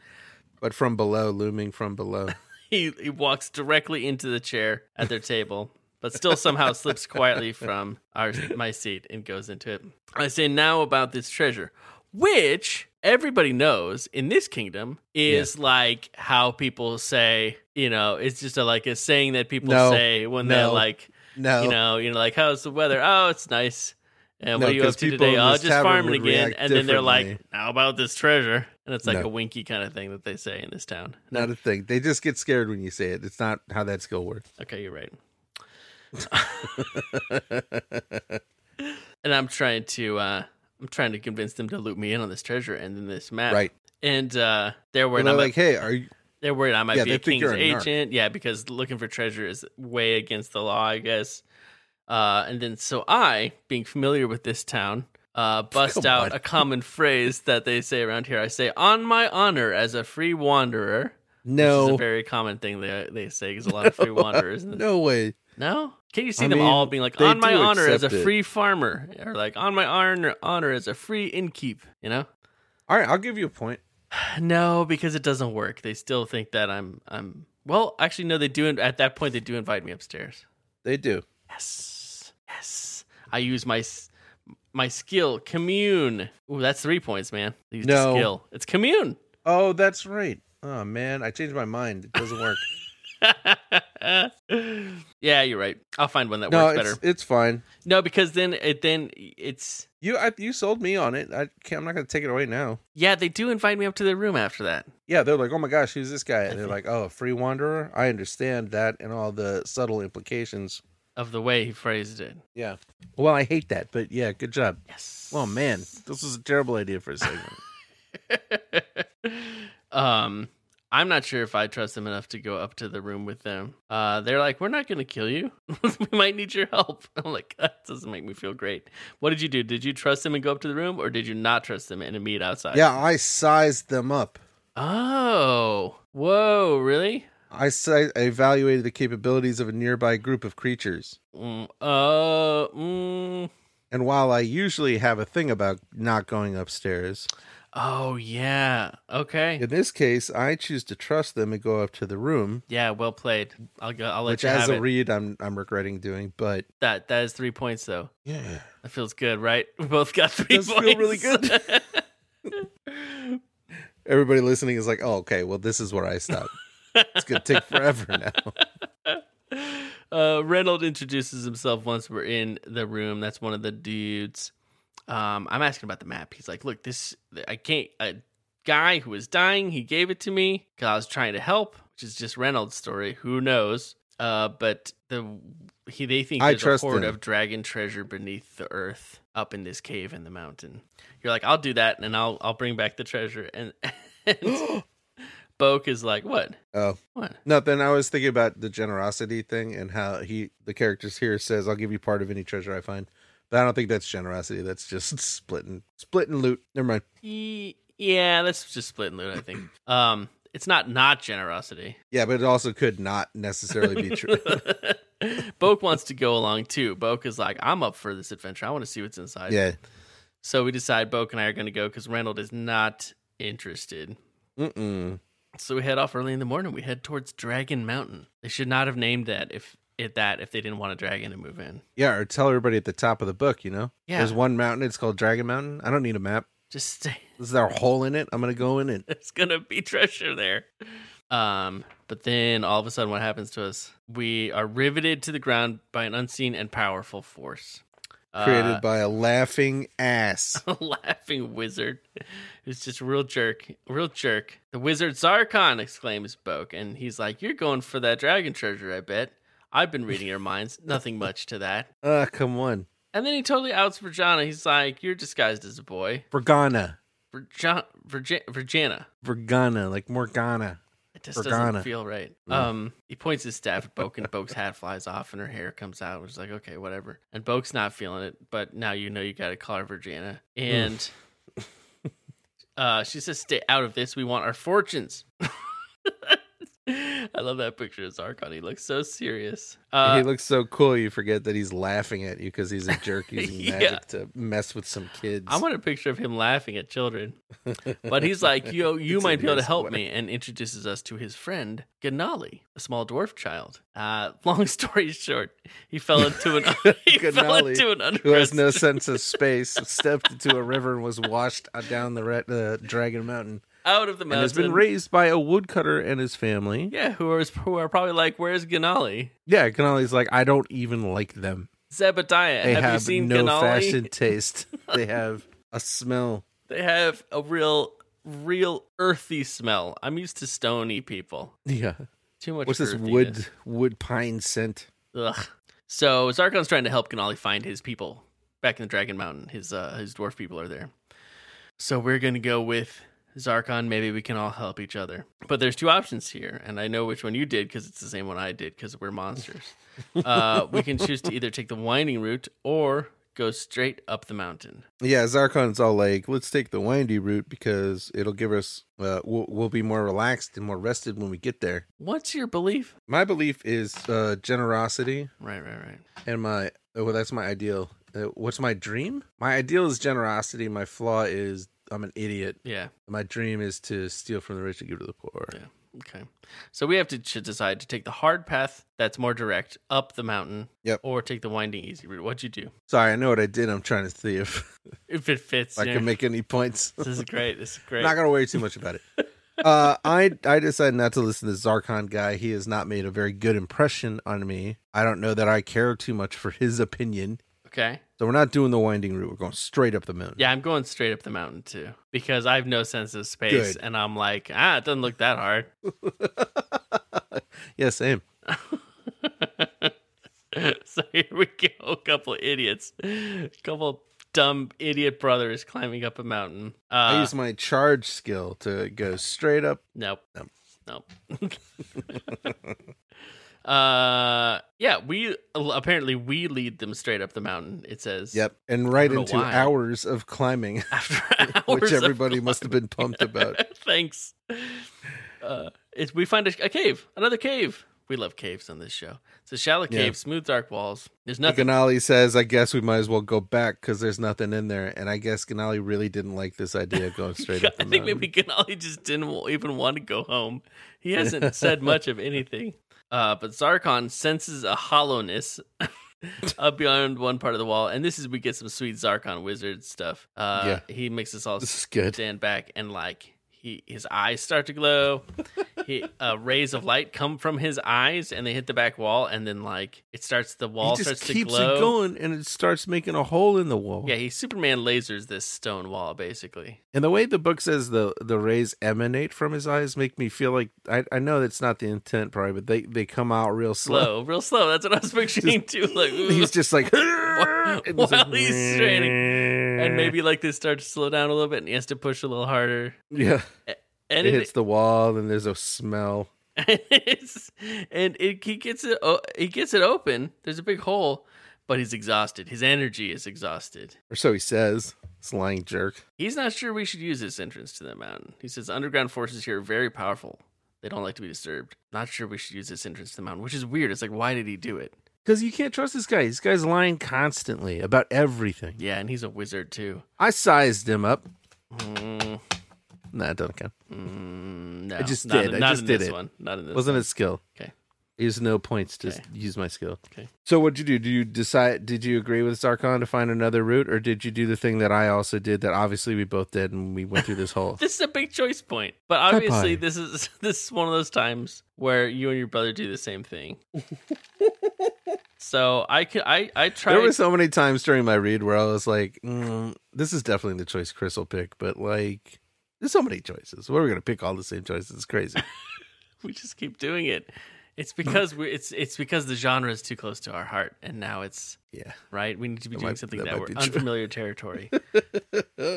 Speaker 3: but from below, looming from below.
Speaker 2: he, he walks directly into the chair at their table, but still somehow slips quietly from our my seat and goes into it. I say now about this treasure. which everybody knows in this kingdom is like how people say, you know, it's just a, like a saying that people
Speaker 3: No.
Speaker 2: say when they're
Speaker 3: No.
Speaker 2: like,
Speaker 3: No,
Speaker 2: you know, you know, like how's the weather? Oh, it's nice. And
Speaker 3: No,
Speaker 2: what are you
Speaker 3: 'cause
Speaker 2: up to
Speaker 3: people
Speaker 2: today?
Speaker 3: in
Speaker 2: Oh,
Speaker 3: this
Speaker 2: just
Speaker 3: tavern
Speaker 2: farming
Speaker 3: would
Speaker 2: again.
Speaker 3: react
Speaker 2: And then they're like,
Speaker 3: differently.
Speaker 2: how about this treasure? And it's like
Speaker 3: No.
Speaker 2: a winky kind of thing that they say in this town.
Speaker 3: not a thing. They just get scared when you say it. It's not how that skill works.
Speaker 2: Okay, you're right. and I'm trying to uh I'm trying to convince them to loop me in on this treasure and then this map.
Speaker 3: Right.
Speaker 2: And uh they're worried
Speaker 3: And they're
Speaker 2: I'm a-
Speaker 3: like, hey, are you?
Speaker 2: they're worried I might
Speaker 3: Yeah,
Speaker 2: be
Speaker 3: they
Speaker 2: a
Speaker 3: think
Speaker 2: king's
Speaker 3: you're a narc.
Speaker 2: agent. Yeah, because looking for treasure is way against the law, I guess. Uh and then so I, being familiar with this town, uh, bust
Speaker 3: Come
Speaker 2: out
Speaker 3: on.
Speaker 2: a common phrase that they say around here. I say, "On my honor, as a free wanderer," which is a
Speaker 3: No,
Speaker 2: very common thing they they say because a lot of free wanderers in the
Speaker 3: no way.
Speaker 2: no, can you see
Speaker 3: I
Speaker 2: them
Speaker 3: mean,
Speaker 2: all being like
Speaker 3: they
Speaker 2: on my
Speaker 3: do
Speaker 2: honor as a
Speaker 3: accept it.
Speaker 2: free farmer, or like on my honor honor as a free innkeep? You know,
Speaker 3: All right, I'll give you a point.
Speaker 2: no, because it doesn't work. They still think that I'm I'm. Well, actually, no, they do. At that point, they do invite me upstairs.
Speaker 3: They do.
Speaker 2: Yes, yes. I use my s- my skill commune. Ooh, that's three points, man. I used a
Speaker 3: No.
Speaker 2: skill. It's commune.
Speaker 3: Oh, that's right. Oh man, I changed my mind. It doesn't work.
Speaker 2: yeah, you're right. I'll find one that
Speaker 3: no,
Speaker 2: works
Speaker 3: it's
Speaker 2: better.
Speaker 3: it's fine.
Speaker 2: No, because then it then it's
Speaker 3: You I, you sold me on it. I can't, I'm not gonna take it away now.
Speaker 2: yeah. They do invite me up to their room after that.
Speaker 3: Yeah, they're like, oh my gosh, who's this guy? And they're like, oh, a free wanderer. I understand that and all the subtle implications.
Speaker 2: of the way he phrased it.
Speaker 3: Yeah. Well, I hate that, but yeah, good job.
Speaker 2: Yes.
Speaker 3: Well, man, this was a terrible idea for a segment.
Speaker 2: um, I'm not sure if I trust him enough to go up to the room with them. Uh, they're like, "We're not going to kill you. we might need your help." I'm like, "That doesn't make me feel great." What did you do? Did you trust him and go up to the room, or did you not trust him and meet outside?
Speaker 3: yeah, I sized them up.
Speaker 2: Oh. Whoa. Really?
Speaker 3: I, si- I evaluated the capabilities of a nearby group of creatures.
Speaker 2: Mm, uh. Mm,
Speaker 3: And while I usually have a thing about not going upstairs,
Speaker 2: oh yeah. Okay.
Speaker 3: in this case, I choose to trust them and go up to the room,
Speaker 2: Yeah. Well played. I'll go. I'll let
Speaker 3: which
Speaker 2: you
Speaker 3: as
Speaker 2: have
Speaker 3: a
Speaker 2: it.
Speaker 3: read, I'm I'm regretting doing. But
Speaker 2: that that is three points though.
Speaker 3: yeah,
Speaker 2: That feels good, right? We both got three
Speaker 3: does
Speaker 2: points.
Speaker 3: feel really everybody listening is like, oh, okay, well, this is where I stop. it's gonna take forever now.
Speaker 2: uh, Reynolds introduces himself once we're in the room. That's one of the dudes. Um, I'm asking about the map. He's like, "Look, this I can't." A guy who was dying, he gave it to me because I was trying to help, which is just Reynolds' story. Who knows? Uh, but the he they think
Speaker 3: I
Speaker 2: there's
Speaker 3: trust
Speaker 2: a hoard
Speaker 3: him.
Speaker 2: of dragon treasure beneath the earth, up in this cave in the mountain. You're like, "I'll do that, and I'll I'll bring back the treasure." And, and Boke is like, "What?
Speaker 3: Oh,
Speaker 2: What?"
Speaker 3: nothing. I was thinking about the generosity thing and how he the characters here says, "I'll give you part of any treasure I find." But I don't think that's generosity. That's just splitting, splitting loot. Never mind.
Speaker 2: Ye- Yeah, that's just split and loot. I think. Um, it's not not generosity.
Speaker 3: Yeah, but it also could not necessarily be true.
Speaker 2: Boke wants to go along too. Boke is like, I'm up for this adventure. I want to see what's inside.
Speaker 3: yeah.
Speaker 2: So we decide Boke and I are going to go because Reynold is not interested.
Speaker 3: Mm-mm.
Speaker 2: So we head off early in the morning. We head towards Dragon Mountain. They should not have named that if it that if they didn't want a dragon to move in.
Speaker 3: Yeah, or tell everybody at the top of the book. You know,
Speaker 2: Yeah.
Speaker 3: there's one mountain. It's called Dragon Mountain. I don't need a map.
Speaker 2: Just stay.
Speaker 3: Is there a hole in it? I'm gonna go in it.
Speaker 2: There's gonna be treasure there. Um, but then all of a sudden, what happens to us? We are riveted to the ground by an unseen and powerful force
Speaker 3: Created
Speaker 2: Uh,
Speaker 3: by a laughing ass.
Speaker 2: a laughing wizard who's just a real jerk, a real jerk. The wizard Zarkon exclaims Boke, and he's like, "You're going for that dragon treasure, I bet." I've been reading your minds. Nothing much to that.
Speaker 3: Ah, come on,
Speaker 2: And then he totally outs Virjana. He's like, "You're disguised as a boy,
Speaker 3: Vergana,
Speaker 2: Virja- Virja- Virjana."
Speaker 3: Vergana, like Morgana.
Speaker 2: It just
Speaker 3: Organa.
Speaker 2: doesn't feel right. Um, he points his staff at Boke, and Boke's hat flies off, and her hair comes out. Which is like, okay, whatever. And Boke's not feeling it, but now you know you got to call her Virginia. And uh, she says, "Stay out of this. We want our fortunes." and I love that picture of Zarkon. He looks so serious.
Speaker 3: he
Speaker 2: Uh,
Speaker 3: looks so cool. You forget that he's laughing at you because he's a jerk using
Speaker 2: Yeah.
Speaker 3: magic to mess with some kids.
Speaker 2: I want a picture of him laughing at children. But he's like, yo, you
Speaker 3: It's
Speaker 2: might
Speaker 3: a
Speaker 2: be able to
Speaker 3: nice
Speaker 2: help
Speaker 3: way.
Speaker 2: me, and introduces us to his friend, Ganali, a small dwarf child. Uh, long story short, he fell into an he fell
Speaker 3: Ganali,
Speaker 2: into an
Speaker 3: who has no
Speaker 2: unresponsive-
Speaker 3: sense of space stepped into a river and was washed down the re- uh, Dragon Mountain
Speaker 2: out of the
Speaker 3: and
Speaker 2: mountain.
Speaker 3: has been raised by a woodcutter and his family.
Speaker 2: yeah, who are who are probably like, where's Ganali?
Speaker 3: Yeah, Ganali's like I don't even like them.
Speaker 2: Zebediah,
Speaker 3: They
Speaker 2: have,
Speaker 3: have,
Speaker 2: you seen
Speaker 3: no
Speaker 2: Ganali?
Speaker 3: fashion taste. they have a smell.
Speaker 2: They have a real, real earthy smell. I'm used to stony people.
Speaker 3: Yeah,
Speaker 2: Too much.
Speaker 3: what's this
Speaker 2: earthiness.
Speaker 3: wood wood pine scent?
Speaker 2: Ugh. So Zarkon's trying to help Ganali find his people back in the Dragon Mountain. His uh, his dwarf people are there. So we're gonna go with Zarkon. Maybe we can all help each other. But there's two options here, and I know which one you did because it's the same one I did because we're monsters. uh, we can choose to either take the winding route or go straight up the mountain.
Speaker 3: Yeah, Zarkon's all like, let's take the windy route because it'll give us, uh, we'll, we'll be more relaxed and more rested when we get there.
Speaker 2: What's your belief?
Speaker 3: My belief is uh, generosity,
Speaker 2: Right, right, right.
Speaker 3: and my, oh, well, that's my ideal. Uh, what's my dream? My ideal is generosity. My flaw is I'm an idiot.
Speaker 2: Yeah.
Speaker 3: My dream is to steal from the rich and give to the poor.
Speaker 2: Yeah. Okay. So we have to ch- decide to take the hard path that's more direct up the mountain
Speaker 3: Yep.
Speaker 2: or take the winding easy route. What'd you do?
Speaker 3: Sorry, I know what I did. I'm trying to see if
Speaker 2: If it fits.
Speaker 3: I
Speaker 2: yeah.
Speaker 3: can make any points.
Speaker 2: this is great. This is great.
Speaker 3: Not gonna worry too much about it. Uh, I I decided not to listen to Zarkon guy. He has not made a very good impression on me. I don't know that I care too much for his opinion.
Speaker 2: okay.
Speaker 3: So we're not doing the winding route. We're going straight up the mountain.
Speaker 2: Yeah, I'm going straight up the mountain too because I have no sense of space,
Speaker 3: Good.
Speaker 2: and I'm like, ah, it doesn't look that hard.
Speaker 3: Yeah, same.
Speaker 2: so here we go. A couple of idiots, a couple dumb idiot brothers climbing up a mountain.
Speaker 3: I
Speaker 2: Uh,
Speaker 3: use my charge skill to go straight up.
Speaker 2: nope.
Speaker 3: Nope.
Speaker 2: Nope. uh, yeah. We apparently we lead them straight up the mountain. It says.
Speaker 3: Yep, and right
Speaker 2: don't know
Speaker 3: into
Speaker 2: why.
Speaker 3: hours of climbing,
Speaker 2: After hours
Speaker 3: which
Speaker 2: of
Speaker 3: everybody must have been pumped about.
Speaker 2: Thanks. Uh, it's, we find a, a cave, another cave. We love caves on this show. It's a shallow
Speaker 3: Yeah.
Speaker 2: cave, smooth, dark walls. There's nothing.
Speaker 3: Ganali says, "I guess we might as well go back because there's nothing in there." And I guess Ganali really didn't like this idea of going straight up. The
Speaker 2: I think
Speaker 3: mountain.
Speaker 2: maybe Ganali just didn't wa- even want to go home. He hasn't said much of anything. Uh, but Zarkon senses a hollowness up beyond one part of the wall, and this is we get some sweet Zarkon wizard stuff. Uh, he makes us all
Speaker 3: this is good.
Speaker 2: stand back and like he his eyes start to glow. he uh, rays of light come from his eyes and they hit the back wall and then like it starts the wall
Speaker 3: It just
Speaker 2: starts
Speaker 3: keeps
Speaker 2: to glow.
Speaker 3: it going and it starts making a hole in the wall.
Speaker 2: Yeah, he Superman lasers this stone wall basically.
Speaker 3: And the way the book says the the rays emanate from his eyes make me feel like I, I know that's not the intent probably, but they, they come out real slow.
Speaker 2: Slow, real slow. That's what I was picturing too. Like
Speaker 3: He's just like
Speaker 2: While-
Speaker 3: and
Speaker 2: while he's straining. and maybe like they start to slow down a little bit and he has to push a little harder.
Speaker 3: Yeah.
Speaker 2: And
Speaker 3: It hits the wall and there's a smell.
Speaker 2: it's, and it, he gets it. o- He gets it open. There's a big hole, but he's exhausted. His energy is exhausted.
Speaker 3: Or so he says. This lying jerk.
Speaker 2: He's not sure we should use this entrance to the mountain. He says underground forces here are very powerful. They don't like to be disturbed. Not sure we should use this entrance to the mountain, which is weird. It's like, why did he do it?
Speaker 3: Because you can't trust this guy. This guy's lying constantly about everything.
Speaker 2: Yeah, and he's a wizard too.
Speaker 3: I sized him up.
Speaker 2: Mm,
Speaker 3: Nah, it doesn't count.
Speaker 2: mm, no,
Speaker 3: I just
Speaker 2: not,
Speaker 3: did.
Speaker 2: in-
Speaker 3: I
Speaker 2: not
Speaker 3: just
Speaker 2: in
Speaker 3: did
Speaker 2: this
Speaker 3: it.
Speaker 2: one. Not in this.
Speaker 3: Wasn't
Speaker 2: one.
Speaker 3: a skill.
Speaker 2: Okay.
Speaker 3: Use no points to
Speaker 2: Okay.
Speaker 3: use my skill.
Speaker 2: Okay.
Speaker 3: So what'd you do? Do you decide did you agree with Zarkon to find another route or did you do the thing that I also did that obviously we both did and we went through this whole
Speaker 2: This is a big choice point, but obviously
Speaker 3: Popeye.
Speaker 2: this is this is one of those times where you and your brother do the same thing. so I could I I tried.
Speaker 3: There were so many times during my read where I was like, mm, this is definitely the choice Chris will pick, but like there's so many choices. What are we gonna pick all the same choices? It's crazy.
Speaker 2: we just keep doing it. It's because we it's it's because the genre is too close to our heart, and now it's
Speaker 3: yeah.
Speaker 2: right? We need to be
Speaker 3: That
Speaker 2: doing
Speaker 3: might-
Speaker 2: something
Speaker 3: that
Speaker 2: that,
Speaker 3: might
Speaker 2: we're
Speaker 3: be true.
Speaker 2: unfamiliar territory.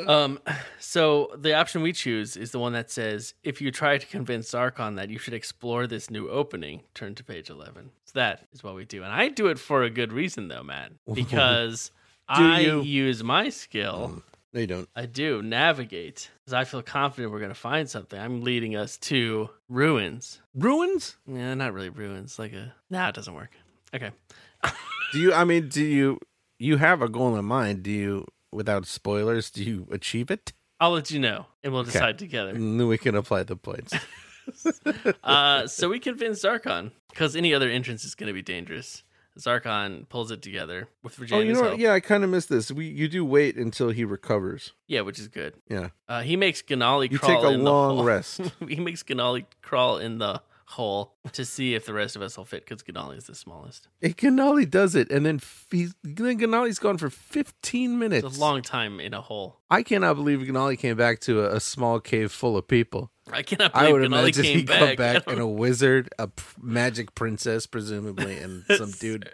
Speaker 2: um, so the option we choose is the one that says, if you try to convince Zarkon that you should explore this new opening, turn to page eleven. So that is what we do, and I do it for a good reason, though, Matt, because I
Speaker 3: you?
Speaker 2: use my skill
Speaker 3: No, you don't.
Speaker 2: I do navigate because I feel confident we're going to find something. I'm leading us to ruins.
Speaker 3: Ruins?
Speaker 2: Yeah, not really ruins. Like a nah, it doesn't work. Okay,
Speaker 3: Do you? I mean, do you? You have a goal in mind. Do you? Without spoilers, do you achieve it?
Speaker 2: I'll let you know, and we'll decide together.
Speaker 3: And then we can apply the points.
Speaker 2: Uh, so we convince Zarkon because any other entrance is going to be dangerous. Zarkon pulls it together with
Speaker 3: oh,
Speaker 2: Virginia's
Speaker 3: you know what?
Speaker 2: help.
Speaker 3: Yeah, I kind of missed this. We you do wait until he recovers.
Speaker 2: Yeah, which is good.
Speaker 3: Yeah,
Speaker 2: Uh, he makes Ganali
Speaker 3: you
Speaker 2: crawl
Speaker 3: take a
Speaker 2: in the
Speaker 3: long
Speaker 2: hole.
Speaker 3: rest.
Speaker 2: he makes Ganali crawl in the hole to see if the rest of us will fit because Ganali is the smallest.
Speaker 3: And Ganali does it, and then f- he's, then Ganali's gone for fifteen minutes.
Speaker 2: It's a long time in a hole.
Speaker 3: I cannot believe Ganali came back to a, a small cave full of people.
Speaker 2: I cannot
Speaker 3: I
Speaker 2: believe
Speaker 3: would
Speaker 2: Ganali
Speaker 3: imagine
Speaker 2: came
Speaker 3: he
Speaker 2: back.
Speaker 3: come
Speaker 2: I
Speaker 3: back
Speaker 2: don't-
Speaker 3: and a wizard, a p- magic princess, presumably, and some dude,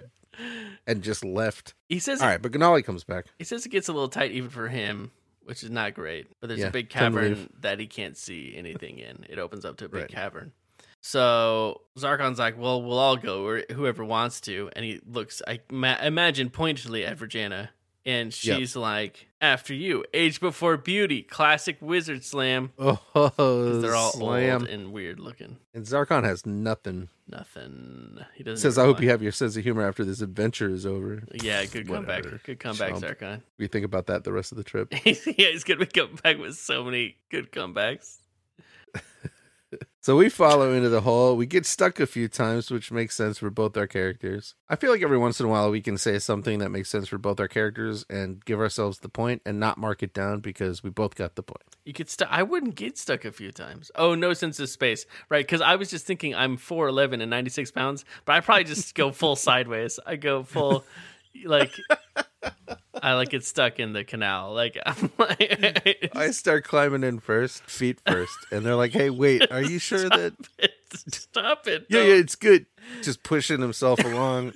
Speaker 3: and just left.
Speaker 2: He says
Speaker 3: All right, but Ganali comes back.
Speaker 2: he says it gets a little tight even for him, which is not great. But there's
Speaker 3: Yeah,
Speaker 2: a big
Speaker 3: couldn't
Speaker 2: cavern
Speaker 3: leave.
Speaker 2: that he can't see anything in. It opens up to a big
Speaker 3: Right.
Speaker 2: cavern. So Zarkon's like, "Well, we'll all go, or whoever wants to." And he looks, I ma- imagine, pointedly at Virginia, and
Speaker 3: Yeah.
Speaker 2: she's like, "After you, age before beauty, classic wizard slam."
Speaker 3: Oh,
Speaker 2: 'Cause They're all
Speaker 3: slam!
Speaker 2: old and weird looking.
Speaker 3: And Zarkon has nothing.
Speaker 2: Nothing. He doesn't
Speaker 3: Says, "I hope
Speaker 2: reply.
Speaker 3: you have your sense of humor after this adventure is over."
Speaker 2: Yeah, good comeback.
Speaker 3: Whatever.
Speaker 2: Good comeback,
Speaker 3: Chump.
Speaker 2: Zarkon.
Speaker 3: We think about that the rest of the trip.
Speaker 2: yeah, he's gonna come back with so many good comebacks.
Speaker 3: So we follow into the hole. We get stuck a few times, which makes sense for both our characters. I feel like every once in a while we can say something that makes sense for both our characters and give ourselves the point and not mark it down because we both got the point.
Speaker 2: You could stu I wouldn't get stuck a few times. Oh, no sense of space, right? Because I was just thinking I'm four eleven and ninety six pounds, but I probably just go full sideways. I go full, like I like get stuck in the canal. Like I'm like,
Speaker 3: I start climbing in first, feet first, and they're like, "Hey, wait, are you sure that?"
Speaker 2: stop it!
Speaker 3: Yeah,
Speaker 2: don't-
Speaker 3: yeah, it's good. Just pushing himself along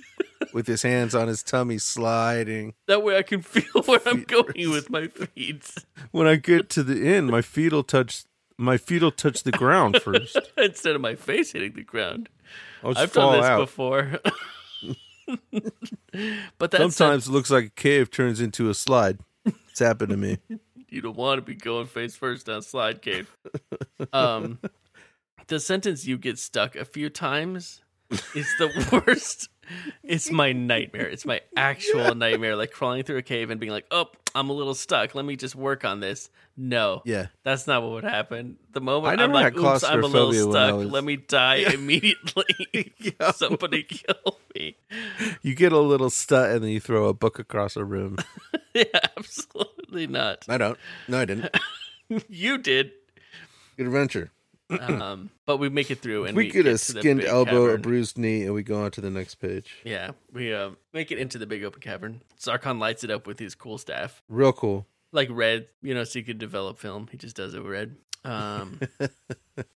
Speaker 3: with his hands on his tummy, sliding.
Speaker 2: That way I can feel where I'm
Speaker 3: Feet
Speaker 2: going with my feet.
Speaker 3: When I get to the end, my feet will touch. My feet will touch the ground first.
Speaker 2: Instead of my face hitting the ground.
Speaker 3: I'll just
Speaker 2: I've
Speaker 3: fall
Speaker 2: done this
Speaker 3: out.
Speaker 2: before. but that's
Speaker 3: Sometimes it looks like a cave turns into a slide. It's happened to me.
Speaker 2: you don't want to be going face first down slide cave. Um, the sentence "you get stuck a few times" is the worst. It's my nightmare. It's my actual nightmare. Like crawling through a cave and being like, "Oh, I'm a little stuck. Let me just work on this." No,
Speaker 3: Yeah.
Speaker 2: that's not what would happen. The moment
Speaker 3: I
Speaker 2: I'm
Speaker 3: never
Speaker 2: like,
Speaker 3: had
Speaker 2: "Oops, I'm a little
Speaker 3: claustrophobia when I
Speaker 2: stuck.
Speaker 3: was-
Speaker 2: Let me die immediately.
Speaker 3: Yeah.
Speaker 2: Somebody kill me."
Speaker 3: You get a little stut and then you throw a book across a room.
Speaker 2: Yeah, absolutely not.
Speaker 3: I don't. No, I didn't.
Speaker 2: You did.
Speaker 3: Good adventure.
Speaker 2: Um, but we make it through, and
Speaker 3: Mm. we get a
Speaker 2: to the
Speaker 3: skinned
Speaker 2: big
Speaker 3: elbow, a
Speaker 2: cavern.
Speaker 3: bruised knee, and we go on to the next page.
Speaker 2: Yeah, we uh, make it into the big open cavern. Zarkon lights it up with his cool staff,
Speaker 3: Real cool.
Speaker 2: like red, you know, so you could develop film. He just does it with red. Um,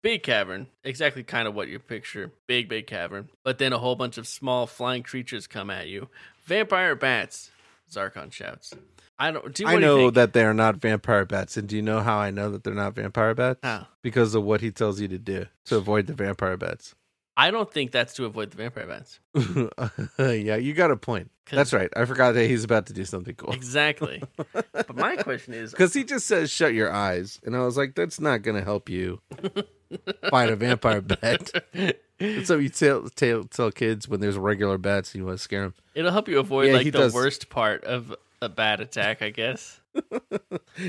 Speaker 2: big cavern, exactly kind of what you picture. Big, big cavern. But then a whole bunch of small flying creatures come at you. Vampire bats, Zarkon shouts. I don't. Do what
Speaker 3: I
Speaker 2: do you
Speaker 3: know
Speaker 2: think?
Speaker 3: that they are not vampire bats. And do you know how I know that they're not vampire bats?
Speaker 2: How?
Speaker 3: Because of what he tells you to do to avoid the vampire bats.
Speaker 2: I don't think that's to avoid the vampire bats.
Speaker 3: yeah, you got a point.
Speaker 2: 'Cause-
Speaker 3: That's right. I forgot that he's about to do something cool.
Speaker 2: Exactly. but my question is,
Speaker 3: Because he just says, shut your eyes. And I was like, that's not going to help you fight a vampire bat. That's what you tell, tell, tell kids when there's regular bats and you want to scare them.
Speaker 2: It'll help you avoid
Speaker 3: Yeah,
Speaker 2: like
Speaker 3: he
Speaker 2: the
Speaker 3: does.
Speaker 2: worst part of a bad attack, I guess.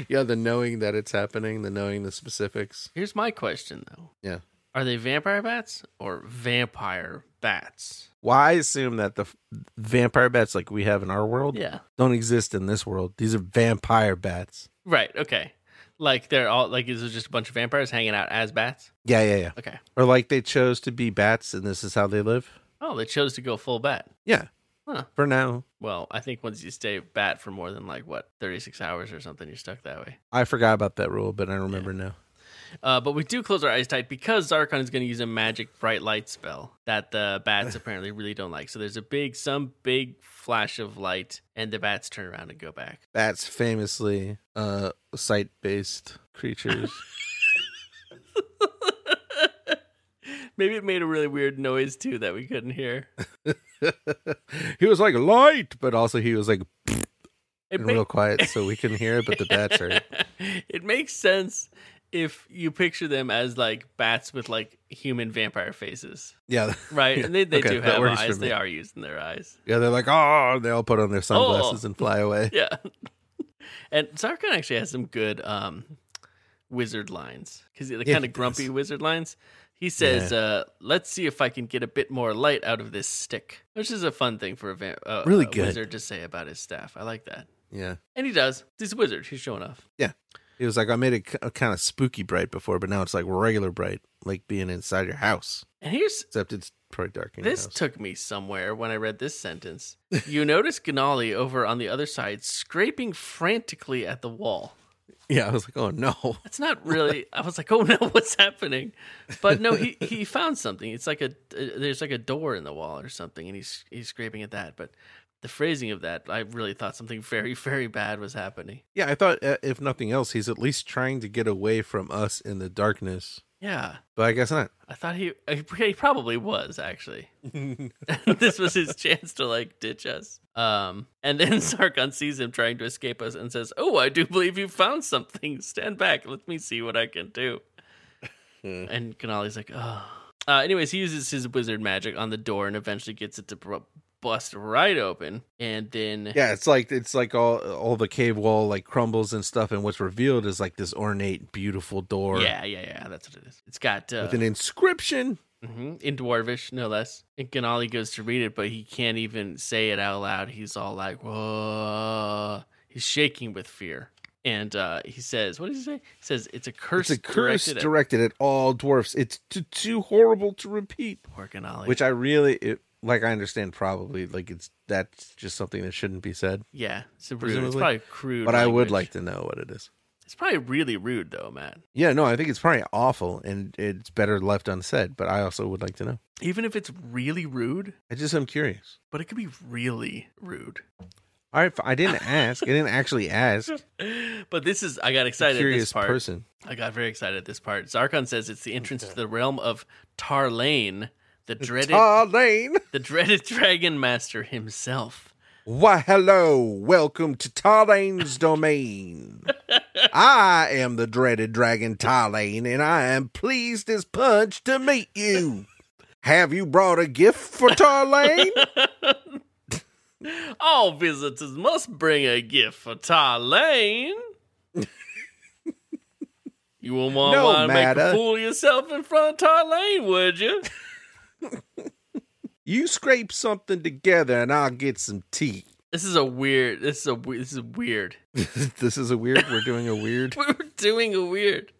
Speaker 3: Yeah, the knowing that it's happening, the knowing the specifics.
Speaker 2: Here's my question though.
Speaker 3: Yeah.
Speaker 2: Are they vampire bats or vampire bats?
Speaker 3: Why I assume that the f- vampire bats like we have in our world
Speaker 2: Yeah.
Speaker 3: don't exist in this world. These are vampire bats.
Speaker 2: Right, okay. Like they're all like is it just a bunch of vampires hanging out as bats?
Speaker 3: Yeah, yeah, yeah.
Speaker 2: Okay.
Speaker 3: Or like they chose to be bats and this is how they live.
Speaker 2: Oh, they chose to go full bat.
Speaker 3: Yeah.
Speaker 2: Huh.
Speaker 3: For now.
Speaker 2: Well, I think once you stay bat for more than like what, thirty six hours or something, you're stuck that way.
Speaker 3: I forgot about that rule, but I remember now.
Speaker 2: Uh, but we do close our eyes tight because Zarkon is going to use a magic bright light spell that the bats apparently really don't like. So there's a big, some big flash of light, and the bats turn around and go back.
Speaker 3: Bats famously uh sight based creatures.
Speaker 2: Maybe it made a really weird noise too that we couldn't hear.
Speaker 3: he was like light, but also he was like
Speaker 2: It
Speaker 3: and
Speaker 2: ma-
Speaker 3: real quiet so we can hear it, but the bats are.
Speaker 2: it makes sense if you picture them as like bats with like human vampire faces,
Speaker 3: Yeah.
Speaker 2: right?
Speaker 3: Yeah.
Speaker 2: And they, they
Speaker 3: Okay,
Speaker 2: do
Speaker 3: that
Speaker 2: have
Speaker 3: works for
Speaker 2: eyes. They
Speaker 3: me.
Speaker 2: are using their eyes.
Speaker 3: Yeah, they're like, oh, they all put on their
Speaker 2: Oh.
Speaker 3: sunglasses and fly away.
Speaker 2: Yeah. and Zarkon actually has some good um, wizard lines because the
Speaker 3: Yeah,
Speaker 2: kind
Speaker 3: he
Speaker 2: of grumpy
Speaker 3: does.
Speaker 2: wizard lines. He says, uh, "Let's see if I can get a bit more light out of this stick," which is a fun thing for a, va- uh,
Speaker 3: Really
Speaker 2: a
Speaker 3: good.
Speaker 2: wizard to say about his staff. I like that,
Speaker 3: Yeah.
Speaker 2: and he does. He's a wizard. He's showing off.
Speaker 3: It was like, I made it kind of spooky bright before, but now it's like regular bright, like being inside your house,
Speaker 2: And here's
Speaker 3: except it's probably dark in your
Speaker 2: This
Speaker 3: house.
Speaker 2: took me somewhere when I read this sentence. You notice Ganali over on the other side scraping frantically at the wall.
Speaker 3: yeah, I was like, oh, no.
Speaker 2: That's not really. I was like, oh no, what's happening? But no, he, he found something. It's like a uh, there's like a door in the wall or something, and he's he's scraping at that. But the phrasing of that, I really thought something very very bad was happening.
Speaker 3: Yeah, I thought, uh, if nothing else, he's at least trying to get away from us in the darkness,
Speaker 2: Yeah,
Speaker 3: but I guess not.
Speaker 2: I thought he uh, he probably was actually. this was his chance to like ditch us. Um, and then Sargon sees him trying to escape us and says, "Oh, I do believe you found something. Stand back. Let me see what I can do." and Kanali's like, "Oh." Uh, anyways, he uses his wizard magic on the door and eventually gets it to br- bust right open. And then
Speaker 3: Yeah, it's like it's like all all the cave wall like crumbles and stuff, and what's revealed is like this ornate, beautiful door
Speaker 2: yeah, yeah, yeah, that's what it is. It's got uh,
Speaker 3: with an inscription.
Speaker 2: hmm in Dwarvish, no less. And Ganali goes to read it, but he can't even say it out loud. He's all like, "Whoa!" He's shaking with fear, and uh, he says, "What does he say?" He says, "It's a curse."
Speaker 3: It's a curse
Speaker 2: directed
Speaker 3: directed,
Speaker 2: at
Speaker 3: at all dwarfs. It's t- too horrible to repeat.
Speaker 2: poor Ganali."
Speaker 3: Which I really it, like. I understand probably like it's that's just something that shouldn't be said.
Speaker 2: yeah, it's, a rude, it's
Speaker 3: presumably.
Speaker 2: probably crude.
Speaker 3: But I
Speaker 2: language.
Speaker 3: would like to know what it is.
Speaker 2: It's probably really rude, though, Matt.
Speaker 3: Yeah, no, I think it's probably awful, and it's better left unsaid. But I also would like to know.
Speaker 2: Even if it's really rude,
Speaker 3: I just am curious.
Speaker 2: but it could be really rude.
Speaker 3: All right, f- I didn't ask. I didn't actually ask.
Speaker 2: But this is, I got excited. at
Speaker 3: curious
Speaker 2: this part.
Speaker 3: person.
Speaker 2: I got very excited at this part. Zarkon says it's the entrance to the realm of Tarlane, the dreaded
Speaker 3: Tarlane.
Speaker 2: the dreaded dragon master himself.
Speaker 3: Why, hello. Welcome to Tarlane's domain. I am the dreaded dragon Tarlane, and I am pleased as punch to meet you. Have you brought a gift for Tarlane?
Speaker 2: All visitors must bring a gift for Tarlane. you wouldn't want
Speaker 3: No
Speaker 2: to make a
Speaker 3: matter.
Speaker 2: fool of yourself in front of Tarlane, would you?
Speaker 3: you scrape something together, and I'll get some tea.
Speaker 2: This is a weird. This is a. we- This is weird.
Speaker 3: this is a weird. We're doing a weird
Speaker 2: We're doing a weird.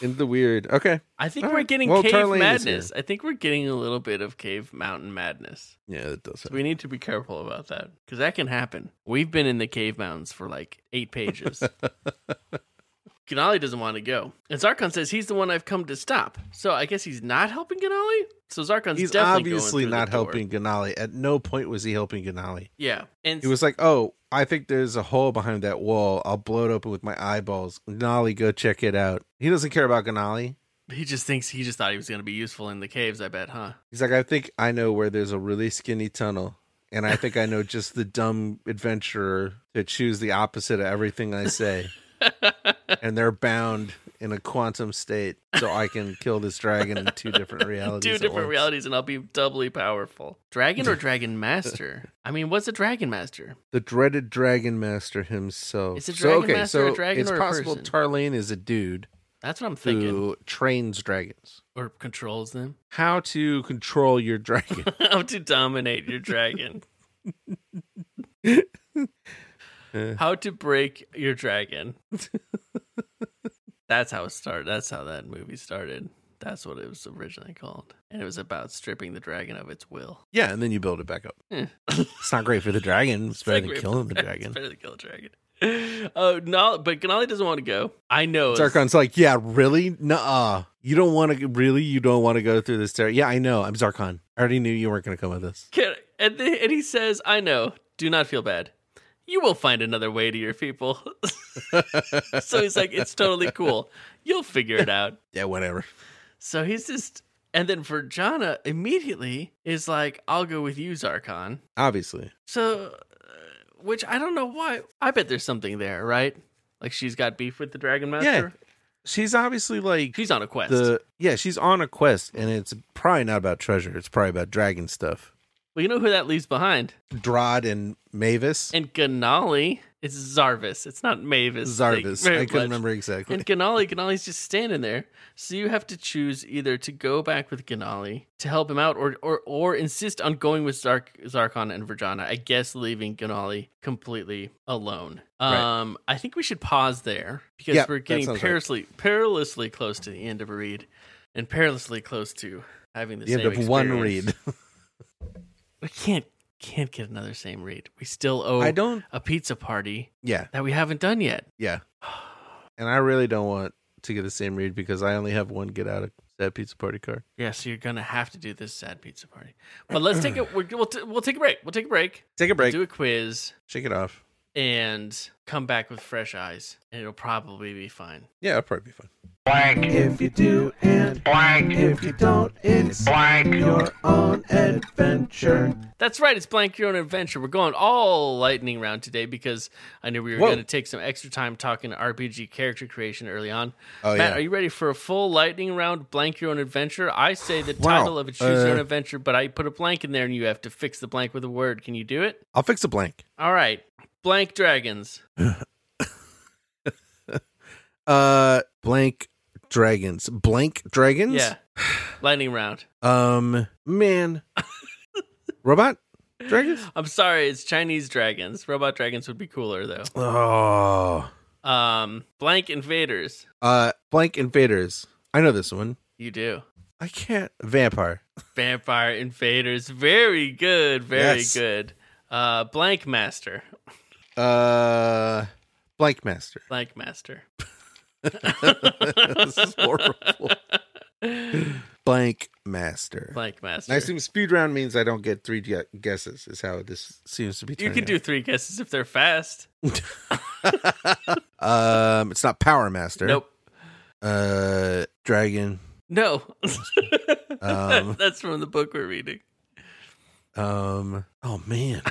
Speaker 3: in the weird. Okay.
Speaker 2: I think
Speaker 3: All
Speaker 2: we're
Speaker 3: right.
Speaker 2: getting
Speaker 3: Well,
Speaker 2: cave
Speaker 3: Tarlane is
Speaker 2: madness. I think we're getting a little bit of cave mountain madness.
Speaker 3: Yeah, it does.
Speaker 2: We need to be careful about that because that can happen. We've been in the cave mountains for like eight pages. Ganali doesn't want to go. And Zarkon says he's the one I've come to stop. So I guess he's not helping Ganali? So Zarkon's
Speaker 3: He's
Speaker 2: definitely going
Speaker 3: obviously
Speaker 2: through the
Speaker 3: not
Speaker 2: door.
Speaker 3: helping Ganali. At no point was he helping Ganali.
Speaker 2: Yeah. And
Speaker 3: He was like, "Oh, I think there's a hole behind that wall. I'll blow it open with my eyeballs." Gnolly, go check it out. He doesn't care about Gnolly.
Speaker 2: he just thinks he just thought he was going to be useful in the caves, I bet, huh?
Speaker 3: He's like, "I think I know where there's a really skinny tunnel, and I think I know just the dumb adventurer to choose the opposite of everything I say, and they're bound in a quantum state, so I can kill this dragon in two different realities.
Speaker 2: Two
Speaker 3: at
Speaker 2: different
Speaker 3: once."
Speaker 2: realities, and I'll be doubly powerful. Dragon or Dragon Master? I mean, what's a Dragon Master?
Speaker 3: The dreaded dragon master himself.
Speaker 2: Is a
Speaker 3: so
Speaker 2: dragon
Speaker 3: okay,
Speaker 2: master
Speaker 3: so
Speaker 2: a dragon
Speaker 3: it's
Speaker 2: or a
Speaker 3: possible
Speaker 2: person?
Speaker 3: Tarlane is a dude
Speaker 2: That's what I'm thinking.
Speaker 3: who trains dragons.
Speaker 2: Or controls them.
Speaker 3: how to control your dragon.
Speaker 2: How to dominate your dragon. how to break your dragon. That's how it started. That's how that movie started. That's what it was originally called. And it was about stripping the dragon of its will.
Speaker 3: yeah, and then you build it back up.
Speaker 2: Hmm.
Speaker 3: it's not great for the dragon. It's better
Speaker 2: It's
Speaker 3: than
Speaker 2: like-
Speaker 3: killing the
Speaker 2: It's
Speaker 3: dragon.
Speaker 2: better than kill a dragon. Oh, no, but Ganali doesn't want to go. I know. it's-
Speaker 3: Zarkon's like, yeah, really? Nuh-uh. You don't want to really. You don't want to go through this. Ter- yeah, I know. I'm Zarkon. I already knew you weren't going to come with us.
Speaker 2: Can- And, the- and he says, I know. Do not feel bad. You will find another way to your people. so he's like, it's totally cool. You'll figure it out.
Speaker 3: Yeah, whatever.
Speaker 2: So he's just, and then Verjana immediately is like, "I'll go with you, Zarkon."
Speaker 3: Obviously,
Speaker 2: So uh, which I don't know why. I bet there's something there, right? Like she's got beef with the Dragon Master.
Speaker 3: Yeah. She's obviously like
Speaker 2: She's on a quest.
Speaker 3: the yeah, she's on a quest and it's probably not about treasure. It's probably about dragon stuff.
Speaker 2: well, you know who that leaves behind?
Speaker 3: Drod and Mavis.
Speaker 2: And Ganali is Zarvis. It's not Mavis. Thank you
Speaker 3: Zarvis.
Speaker 2: very
Speaker 3: I couldn't
Speaker 2: much.
Speaker 3: remember exactly.
Speaker 2: And Ganali, Ganali's just standing there. So you have to choose either to go back with Ganali to help him out or or, or insist on going with Zark, Zarkon and Virjana. I guess leaving Ganali completely alone.
Speaker 3: Right.
Speaker 2: Um, I think we should pause there because
Speaker 3: Yep,
Speaker 2: we're
Speaker 3: that
Speaker 2: getting
Speaker 3: sounds right.
Speaker 2: perilously, perilously close to the end of a read and perilously close to having the,
Speaker 3: the end
Speaker 2: same
Speaker 3: of one
Speaker 2: experience.
Speaker 3: read.
Speaker 2: We can't can't get another same read. We still owe
Speaker 3: I don't
Speaker 2: a pizza party
Speaker 3: Oh, yeah,
Speaker 2: that we haven't done yet.
Speaker 3: yeah. And I really don't want to get the same read because I only have one get out of that pizza party card.
Speaker 2: Yeah, so you're gonna have to do this sad pizza party. But let's take a we're, we'll t- we'll take a break. We'll take a break.
Speaker 3: Take a break.
Speaker 2: Do a quiz
Speaker 3: Shake it off.
Speaker 2: and come back with fresh eyes, and it'll probably be fine.
Speaker 3: Yeah, it'll probably be fun.
Speaker 5: If you do and blank, if you don't, it's blank your own adventure.
Speaker 2: That's right. It's blank your own adventure. We're going all lightning round today because I knew we were
Speaker 3: Whoa.
Speaker 2: going to take some extra time talking to RPG character creation early on.
Speaker 3: Oh,
Speaker 2: Matt,
Speaker 3: yeah.
Speaker 2: are you ready for a full lightning round? Blank your own adventure. I say the
Speaker 3: Wow.
Speaker 2: title of it, choose your own
Speaker 3: Uh,
Speaker 2: adventure, but I put a blank in there, and you have to fix the blank with a word. Can you do it?
Speaker 3: I'll fix a blank.
Speaker 2: All right. Blank dragons.
Speaker 3: Uh blank dragons. Blank dragons?
Speaker 2: Yeah. Lightning round.
Speaker 3: Um man. Robot? Dragons?
Speaker 2: I'm sorry, it's Chinese dragons. Robot dragons would be cooler though.
Speaker 3: Oh.
Speaker 2: Um, blank invaders.
Speaker 3: Uh blank invaders. I know this one.
Speaker 2: You do.
Speaker 3: I can't vampire.
Speaker 2: Vampire invaders. Very good. Very
Speaker 3: Yes.
Speaker 2: good. Uh, blank master.
Speaker 3: Uh blank master.
Speaker 2: Blank master.
Speaker 3: this is horrible. blank master.
Speaker 2: Blank master.
Speaker 3: I assume speed round means I don't get three gu- guesses. Is how this seems to be.
Speaker 2: you can do
Speaker 3: turning
Speaker 2: three guesses if they're fast.
Speaker 3: out. Um, it's not power master.
Speaker 2: Nope.
Speaker 3: Uh, dragon.
Speaker 2: No.
Speaker 3: Um,
Speaker 2: That's from the book we're reading.
Speaker 3: Um. Oh man.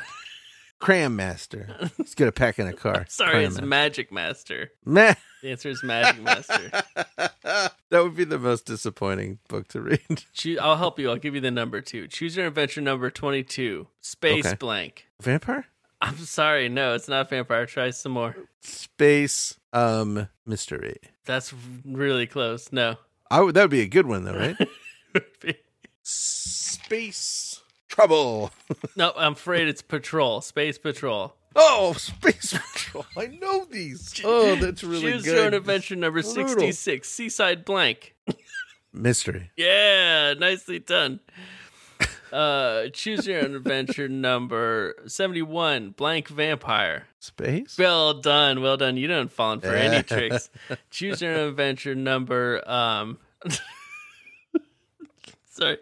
Speaker 3: Cram master. Let's get a pack in a car.
Speaker 2: Sorry,
Speaker 3: Cram
Speaker 2: it's
Speaker 3: master.
Speaker 2: magic master.
Speaker 3: Meh.
Speaker 2: The answer is magic master.
Speaker 3: that would be the most disappointing book to read.
Speaker 2: Choo- I'll help you. I'll give you the number too. Choose your adventure number 22. Space
Speaker 3: Okay.
Speaker 2: blank.
Speaker 3: Vampire.
Speaker 2: I'm sorry, no, it's not vampire. Try some more.
Speaker 3: Space. Um. Mystery.
Speaker 2: That's really close. No.
Speaker 3: I would. That would be a good one though, right? Space trouble.
Speaker 2: no, I'm afraid it's patrol. Space patrol.
Speaker 3: Oh, space patrol. I know these. Oh, that's really
Speaker 2: Choose your own
Speaker 3: good.
Speaker 2: adventure number
Speaker 3: Brutal.
Speaker 2: 66, Seaside Blank.
Speaker 3: Mystery.
Speaker 2: Yeah, nicely done. Uh, choose your own adventure number 71, Blank Vampire.
Speaker 3: Space.
Speaker 2: Well done, well done. You don't fallen for any
Speaker 3: Yeah.
Speaker 2: tricks. Choose your own adventure number um sorry.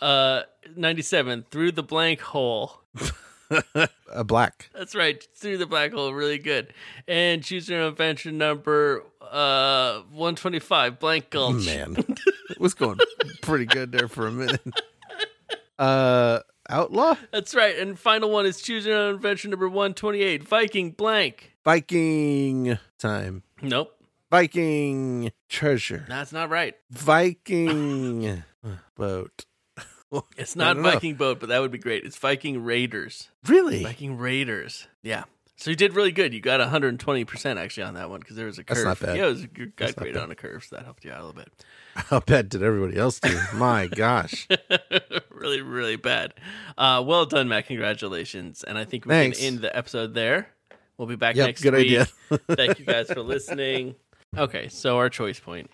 Speaker 2: Uh 97 through the blank hole.
Speaker 3: A black.
Speaker 2: That's right. Through the black hole, really good. And choose your own adventure number uh 125 blank gulch.
Speaker 3: Hmm, Man, it was going pretty good there for a minute. Uh, outlaw,
Speaker 2: That's right. And final one is choose your own adventure number 128 Viking blank.
Speaker 3: Viking time,
Speaker 2: Nope.
Speaker 3: Viking treasure,
Speaker 2: That's not right.
Speaker 3: Viking boat.
Speaker 2: It's
Speaker 3: I
Speaker 2: not
Speaker 3: don't know.
Speaker 2: Viking boat, but that would be great. It's Viking raiders.
Speaker 3: Really?
Speaker 2: Viking Raiders. Yeah. So you did really good. You got 120% actually on that one because there was a curve.
Speaker 3: That's not bad.
Speaker 2: Yeah, it was, you got
Speaker 3: That's not
Speaker 2: great
Speaker 3: bad.
Speaker 2: on a curve, so that helped you out a little
Speaker 3: How bad did everybody else do? My gosh.
Speaker 2: bit. really, really bad. Uh, well done, Matt. Congratulations. And I think we
Speaker 3: Thanks.
Speaker 2: can end the episode there. We'll be back
Speaker 3: Yep,
Speaker 2: next
Speaker 3: good
Speaker 2: week.
Speaker 3: idea.
Speaker 2: Thank you guys for listening. Okay, so our choice point.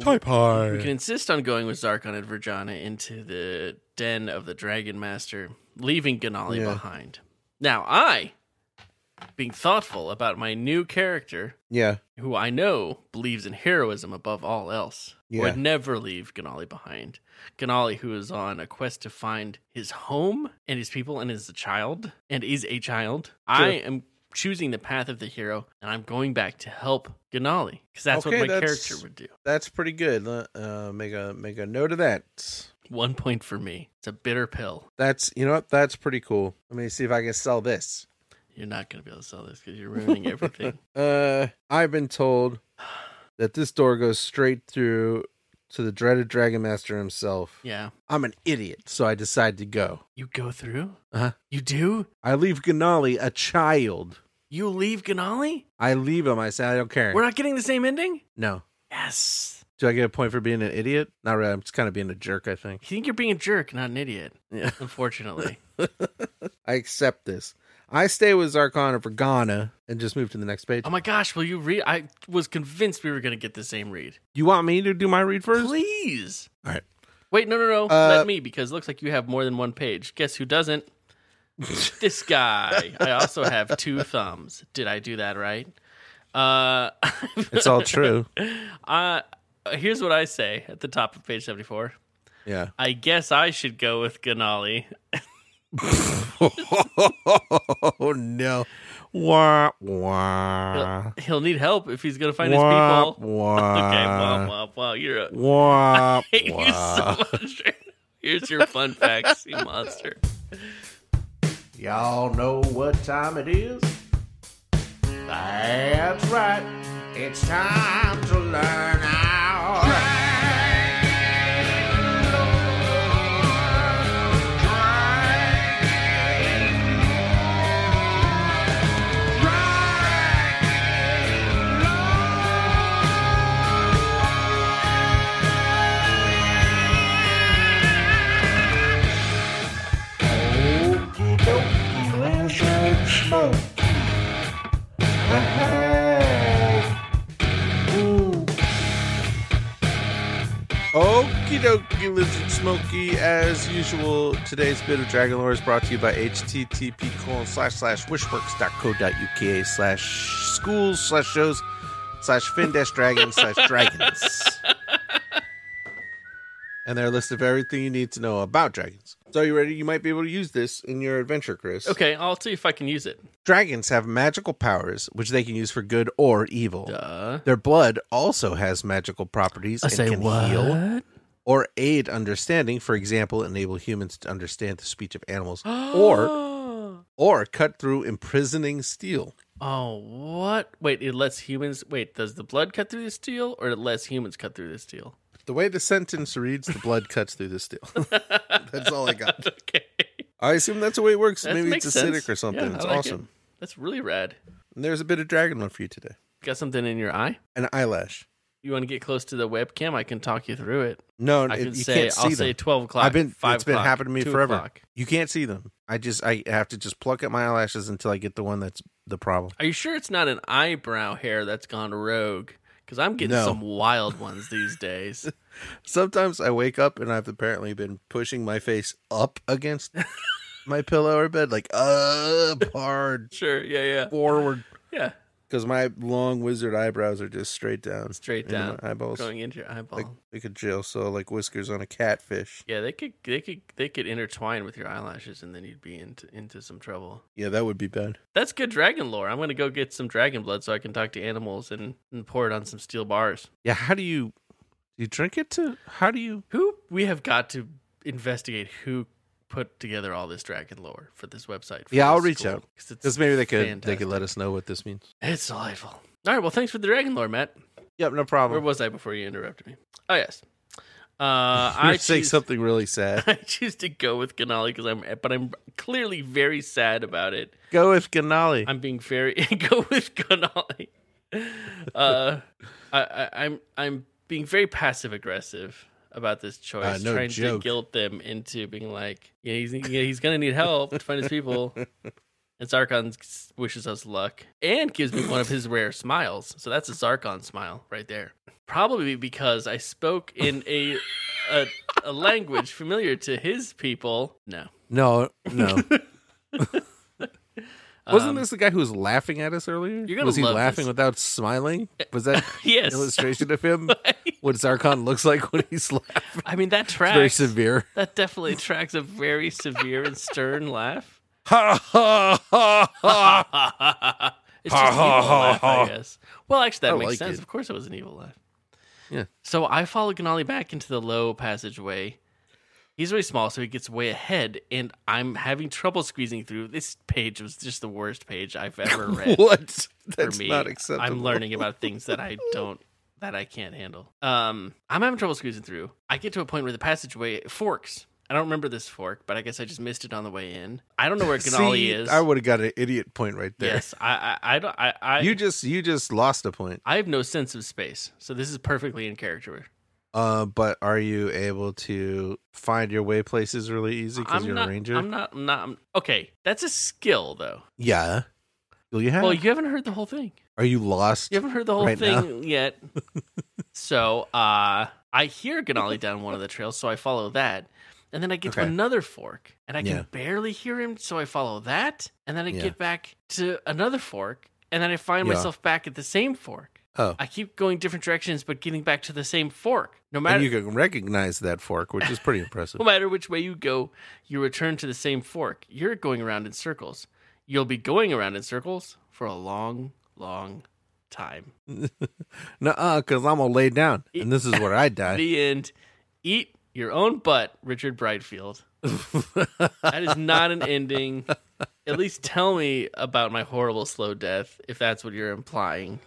Speaker 3: Toy
Speaker 2: We can
Speaker 3: pie.
Speaker 2: insist on going with Zarkon and Virjana into the den of the Dragon Master, leaving Ganali
Speaker 3: Yeah.
Speaker 2: behind. Now, I, being thoughtful about my new character,
Speaker 3: Yeah.
Speaker 2: who I know believes in heroism above all else,
Speaker 3: Yeah.
Speaker 2: would never leave Ganali behind. Ganali, who is on a quest to find his home and his people and is a child and is a child. I am choosing the path of the hero and I'm going back to help Ganali because that's
Speaker 3: Okay,
Speaker 2: what my
Speaker 3: that's-
Speaker 2: character would do.
Speaker 3: That's pretty good. Uh, make a make a note of that.
Speaker 2: One point for me. It's a bitter pill.
Speaker 3: That's you know what? That's pretty cool. Let me see if I can sell this.
Speaker 2: You're not going to be able to sell this because you're ruining everything.
Speaker 3: Uh, I've been told that this door goes straight through to the dreaded Dragon Master himself.
Speaker 2: yeah.
Speaker 3: I'm an idiot, so I decide to go.
Speaker 2: You go through?
Speaker 3: Uh-huh.
Speaker 2: You do?
Speaker 3: I leave Ganali a child.
Speaker 2: You leave Ganali?
Speaker 3: I leave him. I say, I don't care.
Speaker 2: We're not getting the same ending?
Speaker 3: no.
Speaker 2: Yes.
Speaker 3: Do I get a point for being an idiot? Not really. I'm just kind of being a jerk, I think.
Speaker 2: You think you're being a jerk, not an idiot,
Speaker 3: Yeah.
Speaker 2: unfortunately.
Speaker 3: I accept this. I stay with Zarkana for Ghana and just move to the next page.
Speaker 2: oh my gosh, will you read? I was convinced we were going to get the same read.
Speaker 3: you want me to do my read first?
Speaker 2: Please.
Speaker 3: All right.
Speaker 2: Wait, no, no, no.
Speaker 3: Uh,
Speaker 2: Let me, because it looks like you have more than one page. Guess who doesn't? this guy. I also have two thumbs. Did I do that right? Uh,
Speaker 3: It's all true.
Speaker 2: uh, here's what I say at the top of page 74.
Speaker 3: yeah.
Speaker 2: I guess I should go with Ganali.
Speaker 3: oh no. Wah wah. Uh-huh.
Speaker 2: He'll, he'll need help if he's going to find his
Speaker 3: Wah
Speaker 2: people.
Speaker 3: wah.
Speaker 2: Okay, wow, wow, wow. You're a.
Speaker 3: Wah
Speaker 2: Hate you
Speaker 3: wah.
Speaker 2: so much. Here's your fun facts, you monster.
Speaker 5: Y'all know what time it is? That's right. It's time to learn our Okey-dokey, let's have smoke. Hey. Ooh.
Speaker 3: Okie dokie, Lizard Smokey. As usual, today's bit of Dragon Lore is brought to you by http colon slash slash wishworks.co.uk slash schools slash shows slash fin dash dragon slash dragons. And they're a list of everything you need to know about dragons. So, you ready? You might be able to use this in your adventure, Chris.
Speaker 2: Okay, I'll see if I can use it.
Speaker 3: Dragons have magical powers, which they can use for good or evil.
Speaker 2: Duh.
Speaker 3: Their blood also has magical properties and can heal or aid understanding. For example, enable humans to understand the speech of animals, or or cut through imprisoning steel.
Speaker 2: oh, what? Wait, it lets humans. Wait, does the blood cut through the steel, or it lets humans cut through the steel?
Speaker 3: The way the sentence reads, the blood cuts through the steel. that's all I got.
Speaker 2: Okay,
Speaker 3: I assume that's the way it works.
Speaker 2: That
Speaker 3: Maybe
Speaker 2: makes
Speaker 3: it's acidic
Speaker 2: sense.
Speaker 3: or something.
Speaker 2: Yeah, I
Speaker 3: it's
Speaker 2: like it.
Speaker 3: awesome.
Speaker 2: that's really rad.
Speaker 3: And there's a bit of dragon one for you today.
Speaker 2: Got something in your eye?
Speaker 3: An eyelash.
Speaker 2: You want to get close to the webcam? I can talk you through it.
Speaker 3: No,
Speaker 2: I
Speaker 3: it-
Speaker 2: can
Speaker 3: you
Speaker 2: say
Speaker 3: can't see
Speaker 2: I'll
Speaker 3: them.
Speaker 2: say twelve o'clock.
Speaker 3: I've been.
Speaker 2: five
Speaker 3: it's been
Speaker 2: o'clock,
Speaker 3: happening to me
Speaker 2: two
Speaker 3: forever.
Speaker 2: o'clock.
Speaker 3: You can't see them. I just. I have to just pluck at my eyelashes until I get the one that's the problem.
Speaker 2: Are you sure it's not an eyebrow hair that's gone rogue? Because I'm getting
Speaker 3: No.
Speaker 2: some wild ones these days.
Speaker 3: Sometimes I wake up and I've apparently been pushing my face up against my pillow or bed, like up hard
Speaker 2: sure, yeah, yeah,
Speaker 3: forward,
Speaker 2: yeah.
Speaker 3: because my long wizard eyebrows are just straight down,
Speaker 2: Straight
Speaker 3: into
Speaker 2: down,
Speaker 3: my eyeballs,
Speaker 2: going into your eyeball.
Speaker 3: like like a jail cell, like whiskers on a catfish.
Speaker 2: yeah, they could, they could, they could intertwine with your eyelashes, and then you'd be into into some trouble.
Speaker 3: Yeah, that would be bad.
Speaker 2: That's good dragon lore. I'm gonna go get some dragon blood so I can talk to animals and, and pour it on some steel bars.
Speaker 3: Yeah, how do you do you drink it to? How do you?
Speaker 2: Who we have got to investigate who put together all this dragon lore for this website. For
Speaker 3: Yeah, I'll
Speaker 2: this
Speaker 3: reach
Speaker 2: school,
Speaker 3: out.
Speaker 2: 'cause it's
Speaker 3: Because maybe they could they
Speaker 2: fantastic.
Speaker 3: could let us know what this means.
Speaker 2: It's delightful. All right, well, thanks for the dragon lore, Matt.
Speaker 3: Yep, no
Speaker 2: Where
Speaker 3: problem.
Speaker 2: was I before you interrupted me? Oh yes, uh, I
Speaker 3: I say
Speaker 2: choose,
Speaker 3: something really sad.
Speaker 2: I choose to go with Ganali because I'm, but I'm clearly very sad about it.
Speaker 3: Go with Ganali.
Speaker 2: I'm being very go with Ganali. Uh, I, I, I'm I'm being very passive aggressive about this choice,
Speaker 3: Uh, no
Speaker 2: trying
Speaker 3: joke.
Speaker 2: to guilt them into being like, yeah, he's yeah, he's gonna need help to find his people. And Zarkon wishes us luck and gives me one of his rare smiles. So that's a Zarkon smile right there. Probably because I spoke in a a, a language familiar to his people. No.
Speaker 3: No, no. Wasn't
Speaker 2: Um,
Speaker 3: this the guy who was laughing at us earlier?
Speaker 2: You're gonna
Speaker 3: was he
Speaker 2: love
Speaker 3: laughing
Speaker 2: this.
Speaker 3: without smiling? Was that
Speaker 2: Yes.
Speaker 3: an illustration of him? what Zarkon looks like when he's laughing?
Speaker 2: I mean that tracks.
Speaker 3: Very severe.
Speaker 2: That definitely attracts a very severe and stern laugh.
Speaker 3: Ha ha ha ha.
Speaker 2: it's just an evil laugh, I guess. Well, actually, that
Speaker 3: I
Speaker 2: makes
Speaker 3: like
Speaker 2: sense.
Speaker 3: it.
Speaker 2: Of course, it was an evil laugh.
Speaker 3: Yeah.
Speaker 2: So I follow Ganali back into the low passageway, He's really small, so he gets way ahead, and I'm having trouble squeezing through. This page was just the worst page I've ever read
Speaker 3: What?
Speaker 2: for
Speaker 3: That's
Speaker 2: me.
Speaker 3: not acceptable.
Speaker 2: I'm learning about things that I don't that I can't handle. Um, I'm having trouble squeezing through. I get to a point where the passageway forks. I don't remember this fork, but I guess I just missed it on the way in. I don't know where Ganali
Speaker 3: See,
Speaker 2: is.
Speaker 3: I would have got an idiot point right there.
Speaker 2: yes, I, I, I don't. I, I,
Speaker 3: You just you just lost a point.
Speaker 2: I have no sense of space, so this is perfectly in character.
Speaker 3: Uh, but are you able to find your way places really easy because
Speaker 2: I'm
Speaker 3: you're
Speaker 2: not,
Speaker 3: a ranger?
Speaker 2: I'm not. I'm not. I'm, okay, that's a skill, though.
Speaker 3: Yeah. Well, you have.
Speaker 2: Well, you haven't heard the whole thing.
Speaker 3: are you lost?
Speaker 2: You haven't heard the whole
Speaker 3: Right now.
Speaker 2: thing yet. so uh, I hear Ganali down one of the trails, so I follow that. And then I get to
Speaker 3: Okay.
Speaker 2: another fork, and I can
Speaker 3: Yeah.
Speaker 2: barely hear him, so I follow that. And then I
Speaker 3: Yeah.
Speaker 2: get back to another fork, and then I find
Speaker 3: Yeah.
Speaker 2: myself back at the same fork.
Speaker 3: Oh,
Speaker 2: I keep going different directions, but getting back to the same fork. No matter
Speaker 3: and you can recognize that fork, which is pretty impressive.
Speaker 2: No matter which way you go, you return to the same fork. You're going around in circles. You'll be going around in circles for a long, long time.
Speaker 3: Nuh-uh, because uh, I'm gonna lay down, and this is where I die.
Speaker 2: The end. Eat your own butt, Richard Brightfield. that is not an ending. At least tell me about my horrible slow death, if that's what you're implying.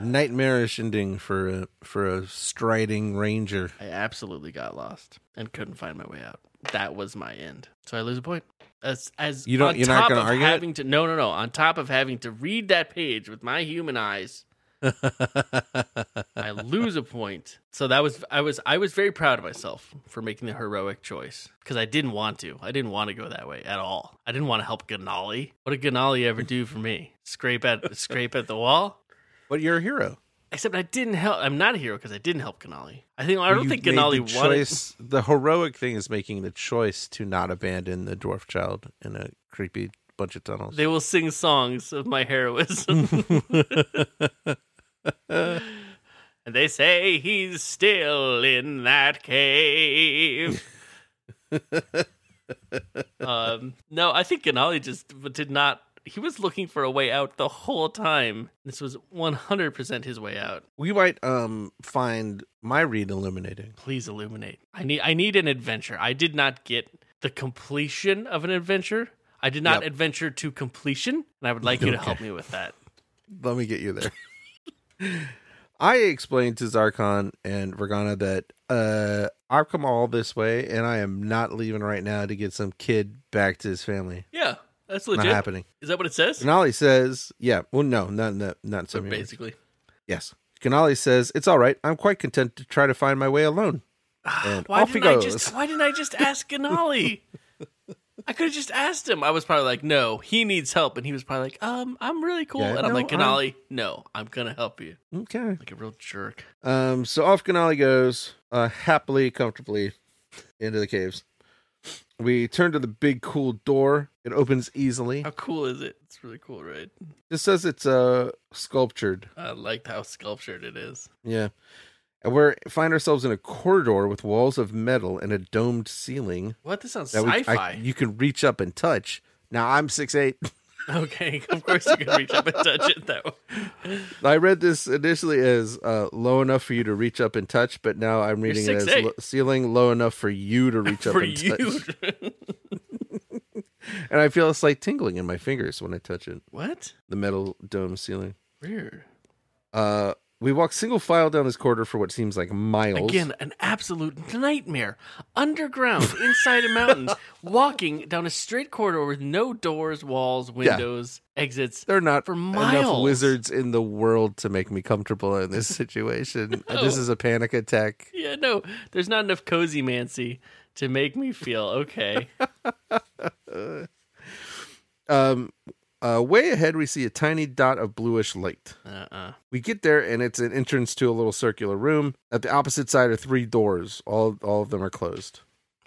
Speaker 3: Nightmarish ending for a for a striding ranger.
Speaker 2: I absolutely got lost and couldn't find my way out. That was my end. So I lose a point. As as
Speaker 3: You don't-
Speaker 2: on
Speaker 3: you're not
Speaker 2: top
Speaker 3: gonna
Speaker 2: of
Speaker 3: argue it?
Speaker 2: having to no no no on top of having to read that page with my human eyes, I lose a point. So that was I was I was very proud of myself for making the heroic choice because I didn't want to. I didn't want to go that way at all. I didn't want to help Ganali. What did Ganali ever do for me? Scrape at scrape at the wall.
Speaker 3: But you're a hero.
Speaker 2: Except I didn't help. I'm not a hero because I didn't help Ganali. I think I don't
Speaker 3: You
Speaker 2: think
Speaker 3: made
Speaker 2: Ganali
Speaker 3: the
Speaker 2: wanted.
Speaker 3: choice. The heroic thing is making the choice to not abandon the dwarf child in a creepy bunch of tunnels.
Speaker 2: They will sing songs of my heroism. and they say he's still in that cave. um, no, I think Ganali just did not. He was looking for a way out the whole time. This was 100% his way out.
Speaker 3: we might um find my read illuminating.
Speaker 2: Please illuminate. I need I need an adventure. I did not get the completion of an adventure. I did not
Speaker 3: Yep.
Speaker 2: adventure to completion, and I would like you to help me with that.
Speaker 3: Let me get you there. I explained to Zarkon and Vergana that uh, I've come all this way and I am not leaving right now to get some kid back to his family.
Speaker 2: Yeah, that's
Speaker 3: Not
Speaker 2: legit.
Speaker 3: happening.
Speaker 2: Is that what it says?
Speaker 3: Ganali says, yeah, well, no, not, not, not
Speaker 2: so
Speaker 3: so many.
Speaker 2: basically,
Speaker 3: Yes. Ganali says, it's all right. I'm quite content to try to find my way alone.
Speaker 2: Ah,
Speaker 3: And
Speaker 2: why
Speaker 3: off he
Speaker 2: didn't I
Speaker 3: goes.
Speaker 2: just? Why didn't I just ask Ganali? I could have just asked him. I was probably like, "No, he needs help," and he was probably like, "Um, I'm really cool,"
Speaker 3: Yeah,
Speaker 2: and I'm
Speaker 3: no,
Speaker 2: like,
Speaker 3: I'm-
Speaker 2: "Ganali, no, I'm gonna help you."
Speaker 3: okay.
Speaker 2: Like a real jerk.
Speaker 3: Um, so off Ganali goes, uh, happily, comfortably into the caves. We turn to the big, cool door. It opens easily.
Speaker 2: How cool is it? It's really cool, right?
Speaker 3: It says it's uh sculptured.
Speaker 2: I liked how sculptured it is.
Speaker 3: Yeah. And we find ourselves in a corridor with walls of metal and a domed ceiling
Speaker 2: What? This sounds
Speaker 3: that we, I-
Speaker 2: sci-fi.
Speaker 3: you can reach up and touch. Now I'm six eight.
Speaker 2: Okay, of course you can reach up and touch it though.
Speaker 3: I read this initially as uh, low enough for you to reach up and touch, but now I'm reading it as
Speaker 2: 6'8".
Speaker 3: lo- ceiling low enough for you to reach up
Speaker 2: For
Speaker 3: and
Speaker 2: you.
Speaker 3: touch. And I feel a slight tingling in my fingers when I touch it.
Speaker 2: what?
Speaker 3: The metal dome ceiling.
Speaker 2: Weird.
Speaker 3: Uh, we walk single file down this corridor for what seems like miles.
Speaker 2: Again, an absolute nightmare. Underground, inside a mountain, walking down a straight corridor with no doors, walls, windows, exits.
Speaker 3: There are not
Speaker 2: For
Speaker 3: enough
Speaker 2: miles.
Speaker 3: wizards in the world to make me comfortable in this situation. And This is a panic attack.
Speaker 2: Yeah, no, there's not enough cozy mancy to make me feel okay.
Speaker 3: Um, uh, way ahead, we see a tiny dot of bluish light.
Speaker 2: Uh-uh.
Speaker 3: We get there, and it's an entrance to a little circular room. At the opposite side are three doors. All all of them are closed.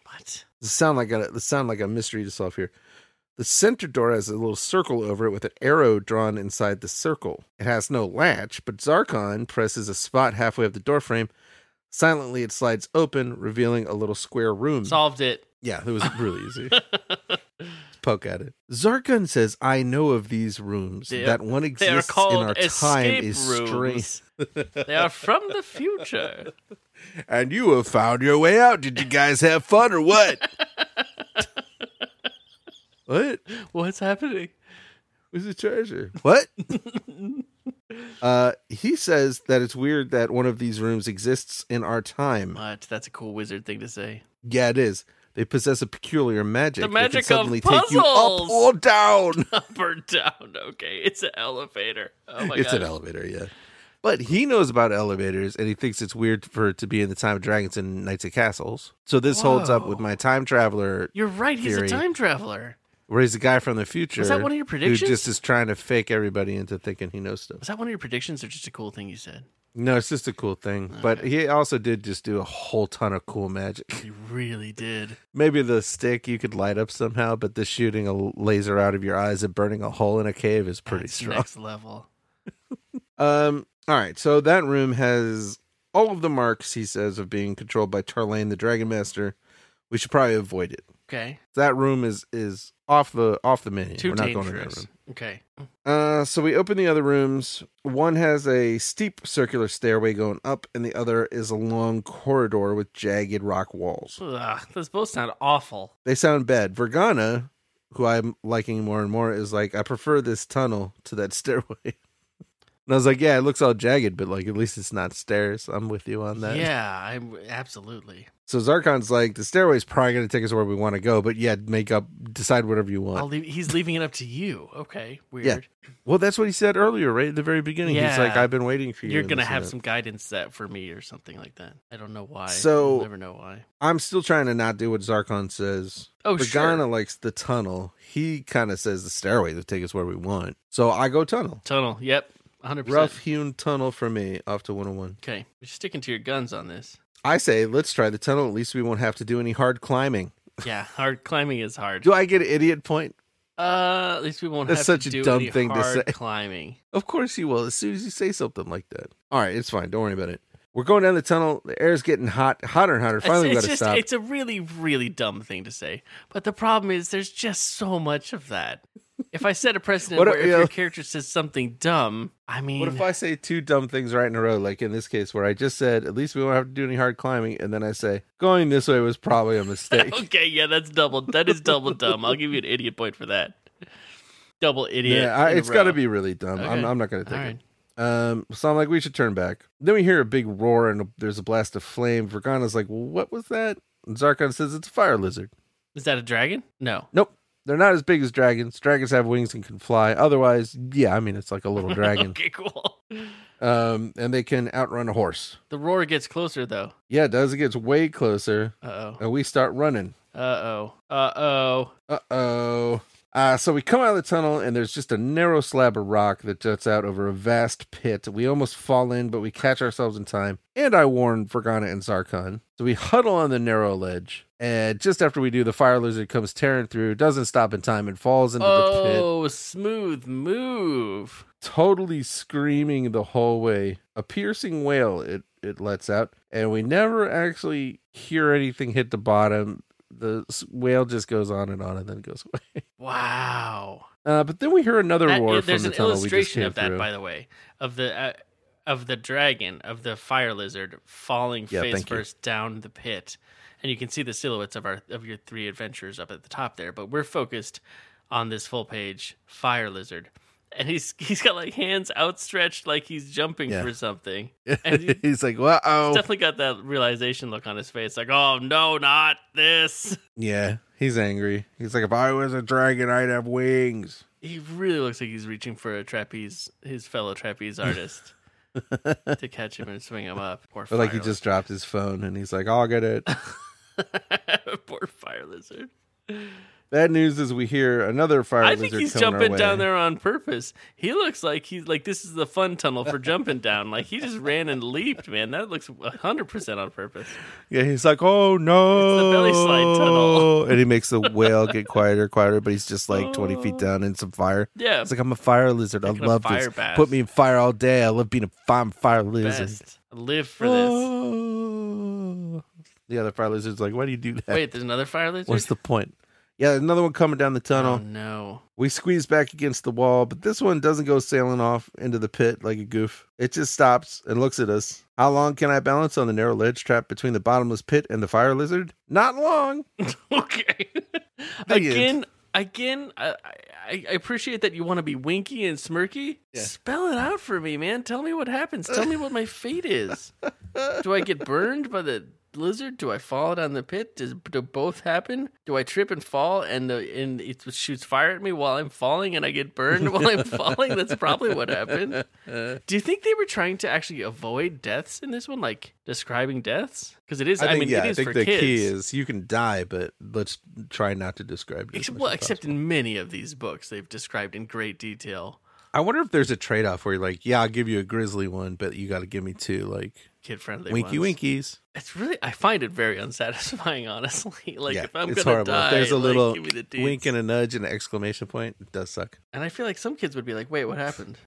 Speaker 2: What?
Speaker 3: This sound like a this sound like a mystery to solve here. The center door has a little circle over it with an arrow drawn inside the circle. It has no latch, but Zarkon presses a spot halfway up the door frame. Silently, it slides open, revealing a little square room.
Speaker 2: Solved it.
Speaker 3: yeah, it was really easy. Poke at it. Zarkon says, "I know of these rooms.
Speaker 2: They are-
Speaker 3: that one
Speaker 2: They are
Speaker 3: exists in
Speaker 2: called
Speaker 3: our
Speaker 2: escape
Speaker 3: time is strange."
Speaker 2: rooms. they are from the future.
Speaker 3: and you have found your way out. Did you guys have fun or what? what?
Speaker 2: What's happening?
Speaker 3: Where's the treasure? What? uh, he says that it's weird that one of these rooms exists in our time.
Speaker 2: What? That's a cool wizard thing to say.
Speaker 3: Yeah, it is. They possess a peculiar magic.
Speaker 2: The
Speaker 3: that can
Speaker 2: magic of
Speaker 3: suddenly take you up
Speaker 2: puzzles.
Speaker 3: or down.
Speaker 2: Up or down? Okay, it's an elevator. Oh my
Speaker 3: it's
Speaker 2: god!
Speaker 3: an elevator, yeah. But he knows about elevators, and he thinks it's weird for it to be in the time of dragons and knights of castles. So this holds up with
Speaker 2: Whoa.
Speaker 3: my time traveler,
Speaker 2: You're right. He's
Speaker 3: theory.
Speaker 2: a time traveler.
Speaker 3: where he's a guy from the future.
Speaker 2: Was that one of your
Speaker 3: Who
Speaker 2: predictions?
Speaker 3: just is trying to fake everybody into thinking he knows stuff.
Speaker 2: Was that one of your predictions, or just a cool thing you said?
Speaker 3: No, it's just a cool thing. But he also did just do a whole ton of cool magic.
Speaker 2: You really did.
Speaker 3: Maybe the stick you could light up somehow, but the shooting a laser out of your eyes and burning a hole in a cave is pretty
Speaker 2: That's
Speaker 3: strong.
Speaker 2: Next level.
Speaker 3: Um. All right. So that room has all of the marks he says of being controlled by Tarlane, the Dragon Master. We should probably avoid it.
Speaker 2: Okay.
Speaker 3: That room is is off the off the menu.
Speaker 2: Too
Speaker 3: We're not going to that
Speaker 2: dangerous.
Speaker 3: room.
Speaker 2: Okay.
Speaker 3: Uh. So we open the other rooms. One has a steep circular stairway going up, and the other is a long corridor with jagged rock walls.
Speaker 2: Ugh, those both sound awful.
Speaker 3: They sound bad. Vergana, who I'm liking more and more, is like I prefer this tunnel to that stairway. and I was like, yeah, it looks all jagged, but like at least it's not stairs. I'm with you on that.
Speaker 2: Yeah, I'm absolutely.
Speaker 3: So Zarkon's like, the stairway's probably going to take us where we want to go, but yeah, make up, decide whatever you want.
Speaker 2: I'll leave, he's leaving it up to you. Okay. Weird.
Speaker 3: well, that's what he said earlier, right at the very beginning. He's
Speaker 2: Yeah.
Speaker 3: like, I've been waiting for you.
Speaker 2: You're
Speaker 3: and
Speaker 2: gonna
Speaker 3: this and
Speaker 2: have
Speaker 3: that.
Speaker 2: some guidance set for me or something like that. I don't know why.
Speaker 3: So-
Speaker 2: I'll never know why.
Speaker 3: I'm still trying to not do what Zarkon says.
Speaker 2: Oh,
Speaker 3: Vergana
Speaker 2: sure.
Speaker 3: likes the tunnel. He kind of says the stairway will take us where we want. So I go tunnel.
Speaker 2: Tunnel. Yep. 100.
Speaker 3: Rough
Speaker 2: percent
Speaker 3: hewn tunnel for me off to 101.
Speaker 2: Okay. You're sticking to your guns on this.
Speaker 3: I say, let's try the tunnel. At least we won't have to do any hard climbing.
Speaker 2: Yeah. Hard climbing is hard.
Speaker 3: Do I get an idiot point?
Speaker 2: Uh, at least we won't
Speaker 3: That's
Speaker 2: have
Speaker 3: such
Speaker 2: to
Speaker 3: a
Speaker 2: do
Speaker 3: dumb
Speaker 2: any
Speaker 3: thing to
Speaker 2: hard
Speaker 3: say.
Speaker 2: climbing.
Speaker 3: Of course you will, as soon as you say something like that. All right, it's fine. Don't worry about it. We're going down the tunnel. The air's getting hot, hotter and hotter. Finally, we
Speaker 2: it's,
Speaker 3: got
Speaker 2: it's
Speaker 3: to
Speaker 2: just
Speaker 3: stop.
Speaker 2: it's a really really dumb thing to say. But the problem is there's just so much of that. If I set a precedent
Speaker 3: What if-
Speaker 2: where if
Speaker 3: yeah.
Speaker 2: your character says something dumb, I mean,
Speaker 3: What if I say two dumb things right in a row, like in this case where I just said, at least we won't have to do any hard climbing, and then I say, going this way was probably a mistake.
Speaker 2: okay, yeah, that's double. That is double dumb. I'll give you an idiot point for that. Double idiot.
Speaker 3: yeah, I,
Speaker 2: in a
Speaker 3: it's got to
Speaker 2: row.
Speaker 3: be really dumb. I'm,
Speaker 2: Okay.
Speaker 3: I'm not going to
Speaker 2: All
Speaker 3: take it.
Speaker 2: right.
Speaker 3: Um, so I'm like, we should turn back. Then we hear a big roar and there's a blast of flame. Vergana's like, what was that? And Zarkon says, it's a fire lizard.
Speaker 2: Is that a dragon? No.
Speaker 3: Nope. They're not as big as dragons. Dragons have wings and can fly. Otherwise, yeah, I mean, it's like a little dragon.
Speaker 2: Okay, cool.
Speaker 3: Um, and they can outrun a horse.
Speaker 2: The roar gets closer though.
Speaker 3: Yeah, it does. It gets way closer.
Speaker 2: Uh oh.
Speaker 3: And we start running.
Speaker 2: Uh oh. Uh oh.
Speaker 3: Uh oh. Uh, so we come out of the tunnel, and there's just a narrow slab of rock that juts out over a vast pit. We almost fall in, but we catch ourselves in time. And I warn Vergana and Zarkon. So we huddle on the narrow ledge. And just after we do, the fire lizard comes tearing through, doesn't stop in time, and falls into the pit,
Speaker 2: Oh, smooth move.
Speaker 3: totally screaming the whole way. A piercing wail it, it lets out. And we never actually hear anything hit the bottom. The s- wail just goes on and on and then goes away.
Speaker 2: Wow.
Speaker 3: Uh, but then we hear another
Speaker 2: That-
Speaker 3: roar from
Speaker 2: there's
Speaker 3: the
Speaker 2: an
Speaker 3: tunnel. we just
Speaker 2: illustration
Speaker 3: came
Speaker 2: of that,
Speaker 3: through.
Speaker 2: by the way, of the uh, of the dragon of the fire lizard falling
Speaker 3: Yeah,
Speaker 2: face
Speaker 3: thank you.
Speaker 2: first down the pit, and you can see the silhouettes of our of your three adventurers up at the top there. But we're focused on this full page fire lizard, and he's he's got like hands outstretched like he's jumping
Speaker 3: Yeah.
Speaker 2: for something. And he-
Speaker 3: He's like, "Wow, oh,
Speaker 2: Definitely got that realization look on his face, like, oh no, not this.
Speaker 3: yeah." He's angry. He's like, "If I was a dragon, I'd have wings."
Speaker 2: He really looks like he's reaching for a trapeze, his fellow trapeze artist, to catch him and swing him up. Poor
Speaker 3: But
Speaker 2: fire
Speaker 3: like, he just dropped his phone, and he's like, "I'll get it."
Speaker 2: lizard. poor fire lizard.
Speaker 3: Bad news is we hear another fire
Speaker 2: I
Speaker 3: lizard
Speaker 2: think he's
Speaker 3: coming our
Speaker 2: jumping
Speaker 3: way.
Speaker 2: down there on purpose. He looks like he's like this is the fun tunnel for jumping down. Like he just ran and leaped, man. That looks hundred percent on purpose.
Speaker 3: Yeah, he's like, "Oh no!"
Speaker 2: belly slide tunnel.
Speaker 3: and he makes the whale get quieter, quieter. But he's just like twenty feet down in some fire.
Speaker 2: Yeah,
Speaker 3: It's like I'm a fire lizard. I
Speaker 2: Taking Oh. a
Speaker 3: love
Speaker 2: fire
Speaker 3: this.
Speaker 2: bath.
Speaker 3: Put me in fire all day. I love being a fine fire lizard.
Speaker 2: best. I live for this.
Speaker 3: Oh. The other fire lizard's like, "Why do you do that?"
Speaker 2: Wait, there's another fire lizard.
Speaker 3: What's the point? Yeah, another one coming down the tunnel.
Speaker 2: Oh no.
Speaker 3: We squeeze back against the wall, but this one doesn't go sailing off into the pit like a goof. It just stops and looks at us. How long can I balance on the narrow ledge trapped between the bottomless pit and the fire lizard? Not long.
Speaker 2: Okay.
Speaker 3: The
Speaker 2: again, again, I, I, I appreciate that you want to be winky and smirky.
Speaker 3: Yeah.
Speaker 2: Spell it out for me, man. Tell me what happens. Tell me what my fate is. Do I get burned by the lizard? Do I fall down the pit? Does do both happen? Do I trip and fall and the and it shoots fire at me while I'm falling and I get burned while I'm falling? That's probably what happened. Do you think they were trying to actually avoid deaths in this one, like describing deaths? Because it is. I, mean, it is for
Speaker 3: the
Speaker 2: kids.
Speaker 3: key is you can die, but let's try not to describe it. as
Speaker 2: Except,
Speaker 3: much
Speaker 2: well,
Speaker 3: as
Speaker 2: except in many of these books, they've described in great detail.
Speaker 3: possible. I wonder if there's a trade off where you're like, yeah, I'll give you a grizzly one, but you got to give me two, like
Speaker 2: Kid friendly.
Speaker 3: winky winkies.
Speaker 2: It's really I find it very unsatisfying, honestly. Like
Speaker 3: yeah,
Speaker 2: if I'm
Speaker 3: it's
Speaker 2: gonna
Speaker 3: horrible.
Speaker 2: die,
Speaker 3: if there's a
Speaker 2: like,
Speaker 3: little
Speaker 2: give me the deets.
Speaker 3: wink and a nudge and an exclamation point, it does suck.
Speaker 2: And I feel like some kids would be like, "Wait, what happened?"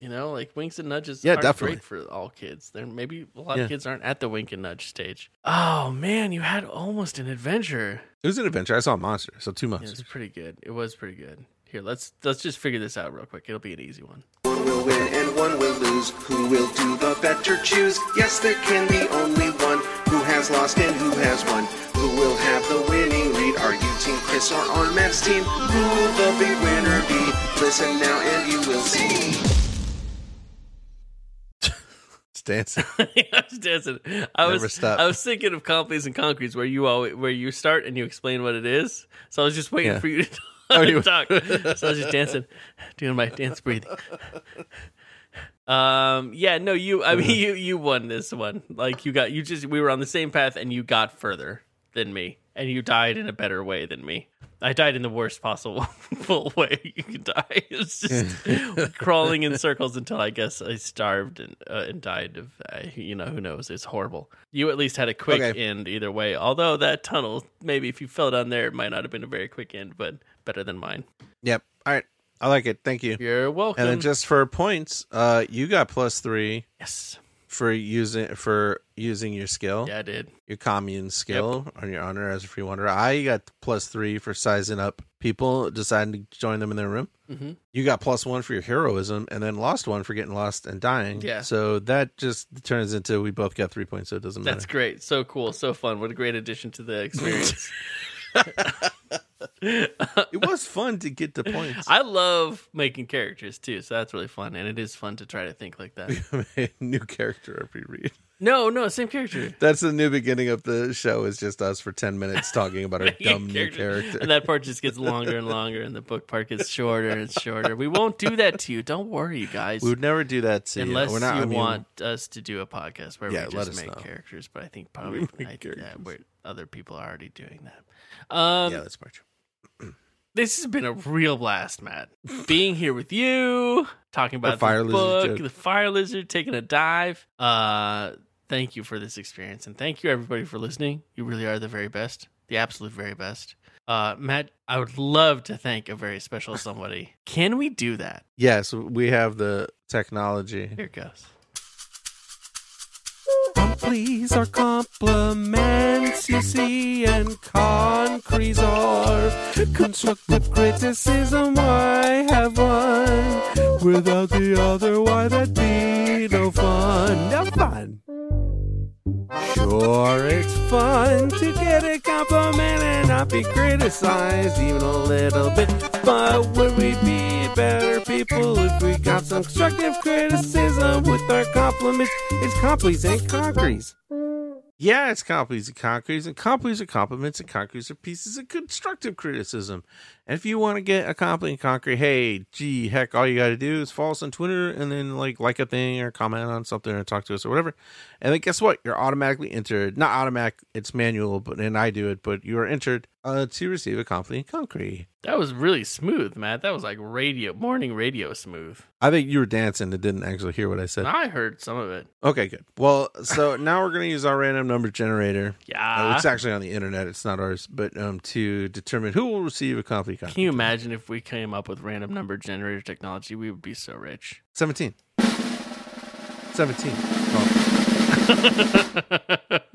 Speaker 2: you know, like winks and nudges.
Speaker 3: Yeah,
Speaker 2: aren't
Speaker 3: definitely.
Speaker 2: great for all kids. There maybe a lot
Speaker 3: Yeah.
Speaker 2: of kids aren't at the wink and nudge stage. Oh man, you had almost an adventure.
Speaker 3: It was an adventure. I saw a monster, so two
Speaker 2: Yeah, it
Speaker 3: monsters.
Speaker 2: was pretty good. It was pretty good. Here, let's let's just figure this out real quick. It'll be an easy one.
Speaker 6: One will win and one will lose. Who will do the better choose? Yes, there can be only one. Who has lost and who has won? Who will have the winning lead? Are you Team Chris or on Matt's team? Who will the big winner be? Listen now and you will see.
Speaker 3: It's dancing.
Speaker 2: I was dancing. I
Speaker 3: Never
Speaker 2: was
Speaker 3: stop.
Speaker 2: I was thinking of Compleys and Concretes where you always, where you start and you explain what it is. So I was just waiting
Speaker 3: Yeah.
Speaker 2: for you to
Speaker 3: Oh, you-
Speaker 2: talk. so I was just dancing, doing my dance breathing. Um yeah, no, you I mean you you won this one. Like you got you just we were on the same path and you got further than me. And you died in a better way than me. I died in the worst possible full way you could die. It's just crawling in circles until I guess I starved and uh, and died of uh, you know who knows. It's horrible. You at least had a quick
Speaker 3: Okay.
Speaker 2: end either way. Although that tunnel, maybe if you fell down there, it might not have been a very quick end, but better than mine.
Speaker 3: Yep. All right. I like it. Thank you.
Speaker 2: You're welcome.
Speaker 3: And then just for points, uh, you got plus three
Speaker 2: yes,
Speaker 3: for using for using your skill,
Speaker 2: yeah, I did.
Speaker 3: your commune skill, on your honor as a free wanderer. I got plus three for sizing up people, deciding to join them in their room.
Speaker 2: Mhm.
Speaker 3: You got plus one for your heroism, and then lost one for getting lost and dying.
Speaker 2: Yeah.
Speaker 3: So that just turns into we both got three points, so it doesn't
Speaker 2: That's
Speaker 3: matter.
Speaker 2: great. So cool. So fun. What a great addition to the experience.
Speaker 3: It was fun to get the points.
Speaker 2: I love making characters too, so that's really fun, and it is fun to try to think like that.
Speaker 3: New character every read.
Speaker 2: No, no, same character.
Speaker 3: That's the new beginning of the show. Is just us for ten minutes talking about our dumb new character.
Speaker 2: And that part just gets longer and longer, and the book part gets shorter and shorter. We won't do that to you. Don't worry, you guys.
Speaker 3: We would never do that to
Speaker 2: Unless
Speaker 3: you. We're not,
Speaker 2: you
Speaker 3: I mean,
Speaker 2: want us to do a podcast where
Speaker 3: Yeah,
Speaker 2: we
Speaker 3: let
Speaker 2: just
Speaker 3: us
Speaker 2: make
Speaker 3: know.
Speaker 2: characters, but I think probably
Speaker 3: make
Speaker 2: I, yeah,
Speaker 3: characters.
Speaker 2: we're, other people are already doing that. Um,
Speaker 3: yeah, that's part.
Speaker 2: This has been a real blast, Matt. Being here with you, talking about the,
Speaker 3: fire lizard
Speaker 2: book,
Speaker 3: joke.
Speaker 2: the fire lizard, taking a dive. Uh, thank you for this experience, and thank you everybody for listening. You really are the very best, the absolute very best. Uh, Matt, I would love to thank a very special somebody. Can we do that?
Speaker 3: Yes, we have the technology.
Speaker 2: Here it goes.
Speaker 3: Please are compliments, you see, and concretes are constructive criticism. I have one without the other. Why that'd be no fun, no fun. Sure, it's fun to get a compliment and not be criticized even a little bit. But would we be better people if we got some constructive criticism with our compliments? It's complies and concretes. Yeah, it's complies and concretes, and complies are compliments, and concretes are pieces of constructive criticism. And if you want to get a compliment and concrete, hey, gee, heck, all you got to do is follow us on Twitter and then like like a thing or comment on something or talk to us or whatever. And then guess what? You're automatically entered. Not automatic, it's manual, but and I do it, but you are entered uh, to receive a compliment and concrete.
Speaker 2: That was really smooth, Matt. That was like radio, morning radio smooth.
Speaker 3: I think you were dancing and didn't actually hear what I said.
Speaker 2: And I heard some of it.
Speaker 3: Okay, good. Well, so now we're going to use our random number generator.
Speaker 2: Yeah.
Speaker 3: Uh, it's actually on the internet. It's not ours, but um, to determine who will receive a coffee cup.
Speaker 2: Can you imagine if we came up with random number generator technology? We would be so rich.
Speaker 3: 17. 17. Oh,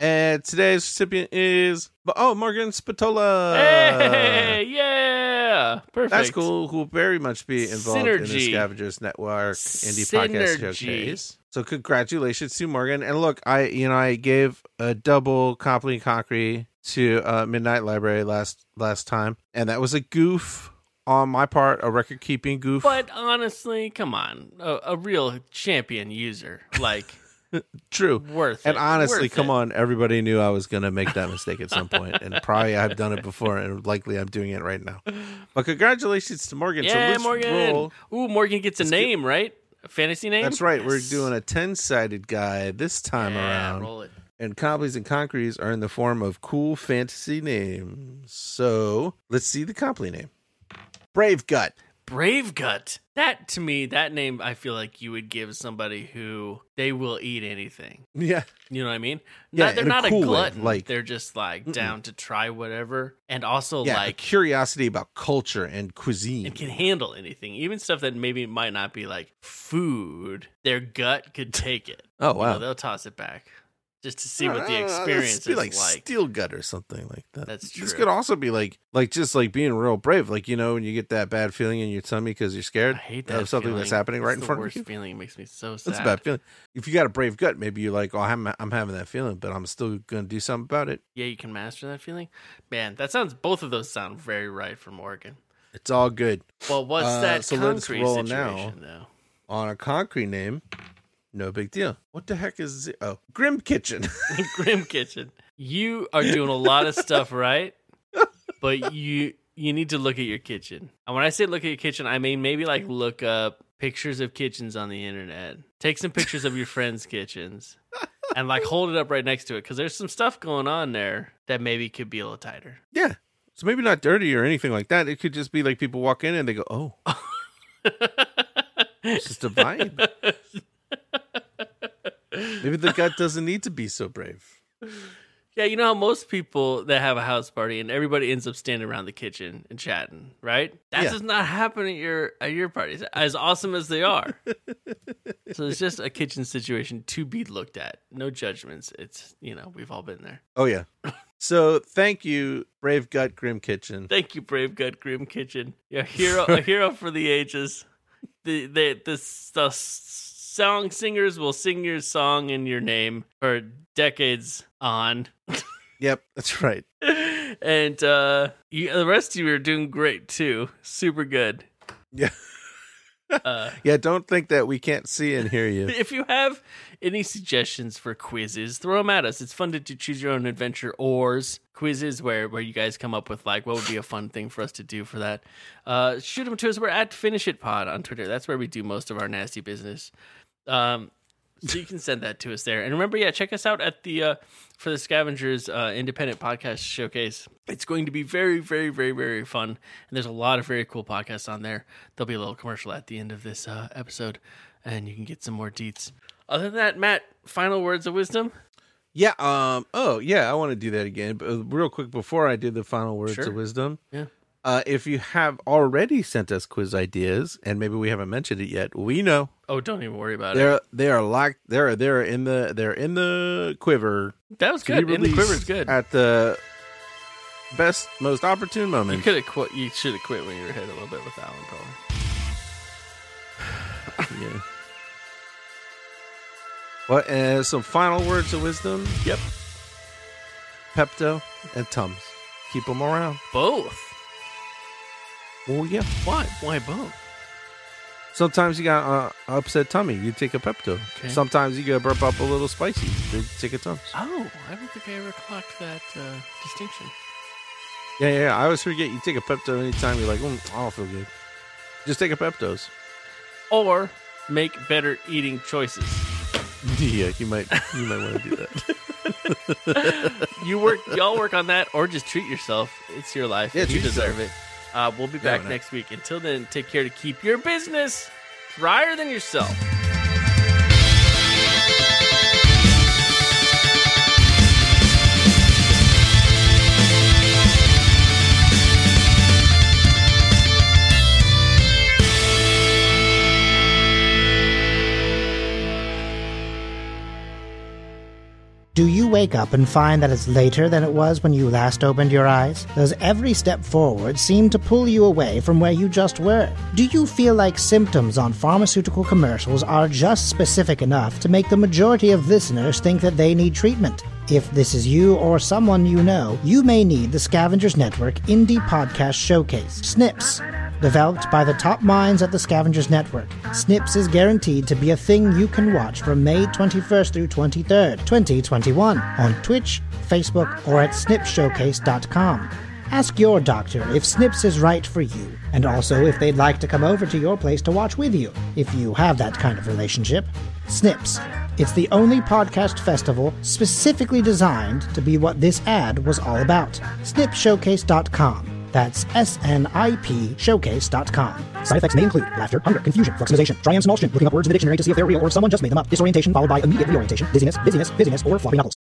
Speaker 3: And today's recipient is oh Morgan Spatola.
Speaker 2: Hey, yeah, perfect.
Speaker 3: That's cool. Who will very much be involved in the
Speaker 2: Synergy.
Speaker 3: Scavengers Network Indie Podcast
Speaker 2: Synergy.
Speaker 3: Showcase. So congratulations to Morgan. And look, I you know I gave a double compliment concrete to uh, Midnight Library last last time, and that was a goof on my part, a record keeping goof.
Speaker 2: But honestly, come on, a, a real champion user like
Speaker 3: True.
Speaker 2: worth
Speaker 3: And
Speaker 2: it,
Speaker 3: honestly,
Speaker 2: worth
Speaker 3: come
Speaker 2: it.
Speaker 3: on, everybody knew I was going to make that mistake at some point, and probably I've done it before, and likely I'm doing it right now. But congratulations to Morgan. so
Speaker 2: Yeah,
Speaker 3: let's
Speaker 2: Morgan.
Speaker 3: roll.
Speaker 2: Ooh, Morgan gets a
Speaker 3: get-
Speaker 2: name, right? A fantasy name.
Speaker 3: That's right. We're
Speaker 2: Yes.
Speaker 3: doing a ten-sided guy this time
Speaker 2: Yeah,
Speaker 3: around,
Speaker 2: roll it.
Speaker 3: and Complies and Concretes are in the form of cool fantasy names. So let's see the Comply name. Brave Gut.
Speaker 2: Brave Gut. That to me, that name I feel like you would give somebody who they will eat anything.
Speaker 3: Yeah.
Speaker 2: You know what I mean?
Speaker 3: Yeah,
Speaker 2: Not- they're
Speaker 3: in a
Speaker 2: not
Speaker 3: cool
Speaker 2: a
Speaker 3: way,
Speaker 2: glutton.
Speaker 3: like-
Speaker 2: like they're just like down to try whatever, and also
Speaker 3: Yeah. a
Speaker 2: like
Speaker 3: curiosity about culture and cuisine.
Speaker 2: and can handle anything, even stuff that maybe might not be like food. Their gut could take it.
Speaker 3: oh
Speaker 2: You know,
Speaker 3: wow.
Speaker 2: they'll toss it back just to see
Speaker 3: No,
Speaker 2: what
Speaker 3: no,
Speaker 2: the
Speaker 3: no, no, this
Speaker 2: experience
Speaker 3: be
Speaker 2: is
Speaker 3: like
Speaker 2: like.
Speaker 3: steel gut or something like that.
Speaker 2: That's
Speaker 3: This
Speaker 2: true.
Speaker 3: could also be like like just like being real brave, like you know when you get that bad feeling in your tummy because you're
Speaker 2: I
Speaker 3: scared
Speaker 2: hate that.
Speaker 3: of something that's
Speaker 2: feeling.
Speaker 3: happening
Speaker 2: It's
Speaker 3: right in
Speaker 2: the
Speaker 3: front
Speaker 2: worst
Speaker 3: of you.
Speaker 2: feeling. It makes me so sad.
Speaker 3: That's a bad feeling. If you got a brave gut, maybe you're like, oh, I'm I'm having that feeling, but I'm still gonna do something about it.
Speaker 2: Yeah, you can master that feeling. Man, that sounds. Both of those sound very right from Oregon.
Speaker 3: It's all good.
Speaker 2: Well, what's
Speaker 3: Uh,
Speaker 2: that
Speaker 3: so let's
Speaker 2: concrete
Speaker 3: roll
Speaker 2: situation
Speaker 3: On a concrete name, no big deal. What the heck is it? oh Grim Kitchen?
Speaker 2: though? Grim Kitchen. You are doing a lot of stuff right, but you you need to look at your kitchen. And when I say look at your kitchen, I mean maybe like look up pictures of kitchens on the internet. Take some pictures of your friends' kitchens and like hold it up right next to it because there's some stuff going on there that maybe could be a little tighter.
Speaker 3: yeah. So maybe not dirty or anything like that. It could just be like people walk in and they go, oh, it's just a vibe. maybe the gut doesn't need to be so brave.
Speaker 2: Yeah, you know how most people that have a house party and everybody ends up standing around the kitchen and chatting, right? That
Speaker 3: Yeah.
Speaker 2: does not happen at your at your parties, as awesome as they are. so it's just a kitchen situation to be looked at. No judgments. It's you know we've all been there.
Speaker 3: Oh yeah. So thank you, Brave Gut Grim Kitchen.
Speaker 2: Thank you, Brave Gut Grim Kitchen. You're a hero, a hero for the ages. The the the, s- the s- song singers will sing your song in your name for decades on.
Speaker 3: Yep, that's right.
Speaker 2: and uh you, the rest of you are doing great too super good
Speaker 3: Yeah.
Speaker 2: uh,
Speaker 3: Yeah, don't think that we can't see and hear you.
Speaker 2: if you have any suggestions for quizzes throw them at us it's fun to do choose your own adventure ors quizzes where where you guys come up with like what would be a fun thing for us to do for that uh shoot them to us we're at finish it pod on twitter that's where we do most of our nasty business um so you can send that to us there and remember yeah check us out at the uh for the scavengers uh independent podcast showcase it's going to be very very very very fun and there's a lot of very cool podcasts on there there'll be a little commercial at the end of this uh episode and you can get some more deets other than that matt final words of wisdom
Speaker 3: Yeah, um oh yeah, I want to do that again. But uh, real quick before I do the final words
Speaker 2: Sure.
Speaker 3: of wisdom.
Speaker 2: Yeah.
Speaker 3: Uh, if you have already sent us quiz ideas and maybe we haven't mentioned it yet, we know
Speaker 2: oh don't even worry about it
Speaker 3: they're they are locked they're they're in the they're in the quiver.
Speaker 2: that was
Speaker 3: to
Speaker 2: good
Speaker 3: be
Speaker 2: in the quiver's
Speaker 3: released
Speaker 2: good
Speaker 3: at the best most opportune
Speaker 2: you
Speaker 3: moment.
Speaker 2: could have quit you should have quit when you were hit a little bit with that one probably
Speaker 3: Yeah. What? Uh, some final words of wisdom.
Speaker 2: Yep.
Speaker 3: Pepto and Tums. Keep them around.
Speaker 2: both
Speaker 3: Well, yeah.
Speaker 2: why why both
Speaker 3: Sometimes you got uh, upset tummy. You take a Pepto.
Speaker 2: Okay.
Speaker 3: Sometimes you got burp up a little spicy. You take a Tums.
Speaker 2: Oh, I don't think I ever clocked that uh, distinction.
Speaker 3: Yeah, yeah, yeah. I always forget. You take a Pepto anytime you're like, mm, I don't feel good. Just take a Pepto's.
Speaker 2: Or make better eating choices.
Speaker 3: yeah, you might you might want to do that.
Speaker 2: You work, y'all work on that, or just treat yourself. It's your life.
Speaker 3: Yeah,
Speaker 2: and you
Speaker 3: treat yourself.
Speaker 2: deserve it. Uh, we'll be back
Speaker 3: why not?
Speaker 2: next week. Until then, take care to keep your business drier than yourself.
Speaker 7: Do you wake up and find that it's later than it was when you last opened your eyes? Does every step forward seem to pull you away from where you just were? Do you feel like symptoms on pharmaceutical commercials are just specific enough to make the majority of listeners think that they need treatment? If this is you or someone you know, you may need the Scavengers Network Indie Podcast Showcase, SNIPS. Developed by the top minds at the Scavengers Network, SNIPS is guaranteed to be a thing you can watch from May 21st through 23rd, 2021, on Twitch, Facebook, or at snipshowcase.com. Ask your doctor if SNIPS is right for you, and also if they'd like to come over to your place to watch with you, if you have that kind of relationship. SNIPS. It's the only podcast festival specifically designed to be what this ad was all about. SnipShowcase.com. That's S N I P Showcase.com. Side effects may include laughter, hunger, confusion, fluximization, triumphs, and looking up words in the dictionary to see if they're real or if someone just made them up, disorientation followed by immediate reorientation, dizziness, busyness, busyness, or floppy knuckles.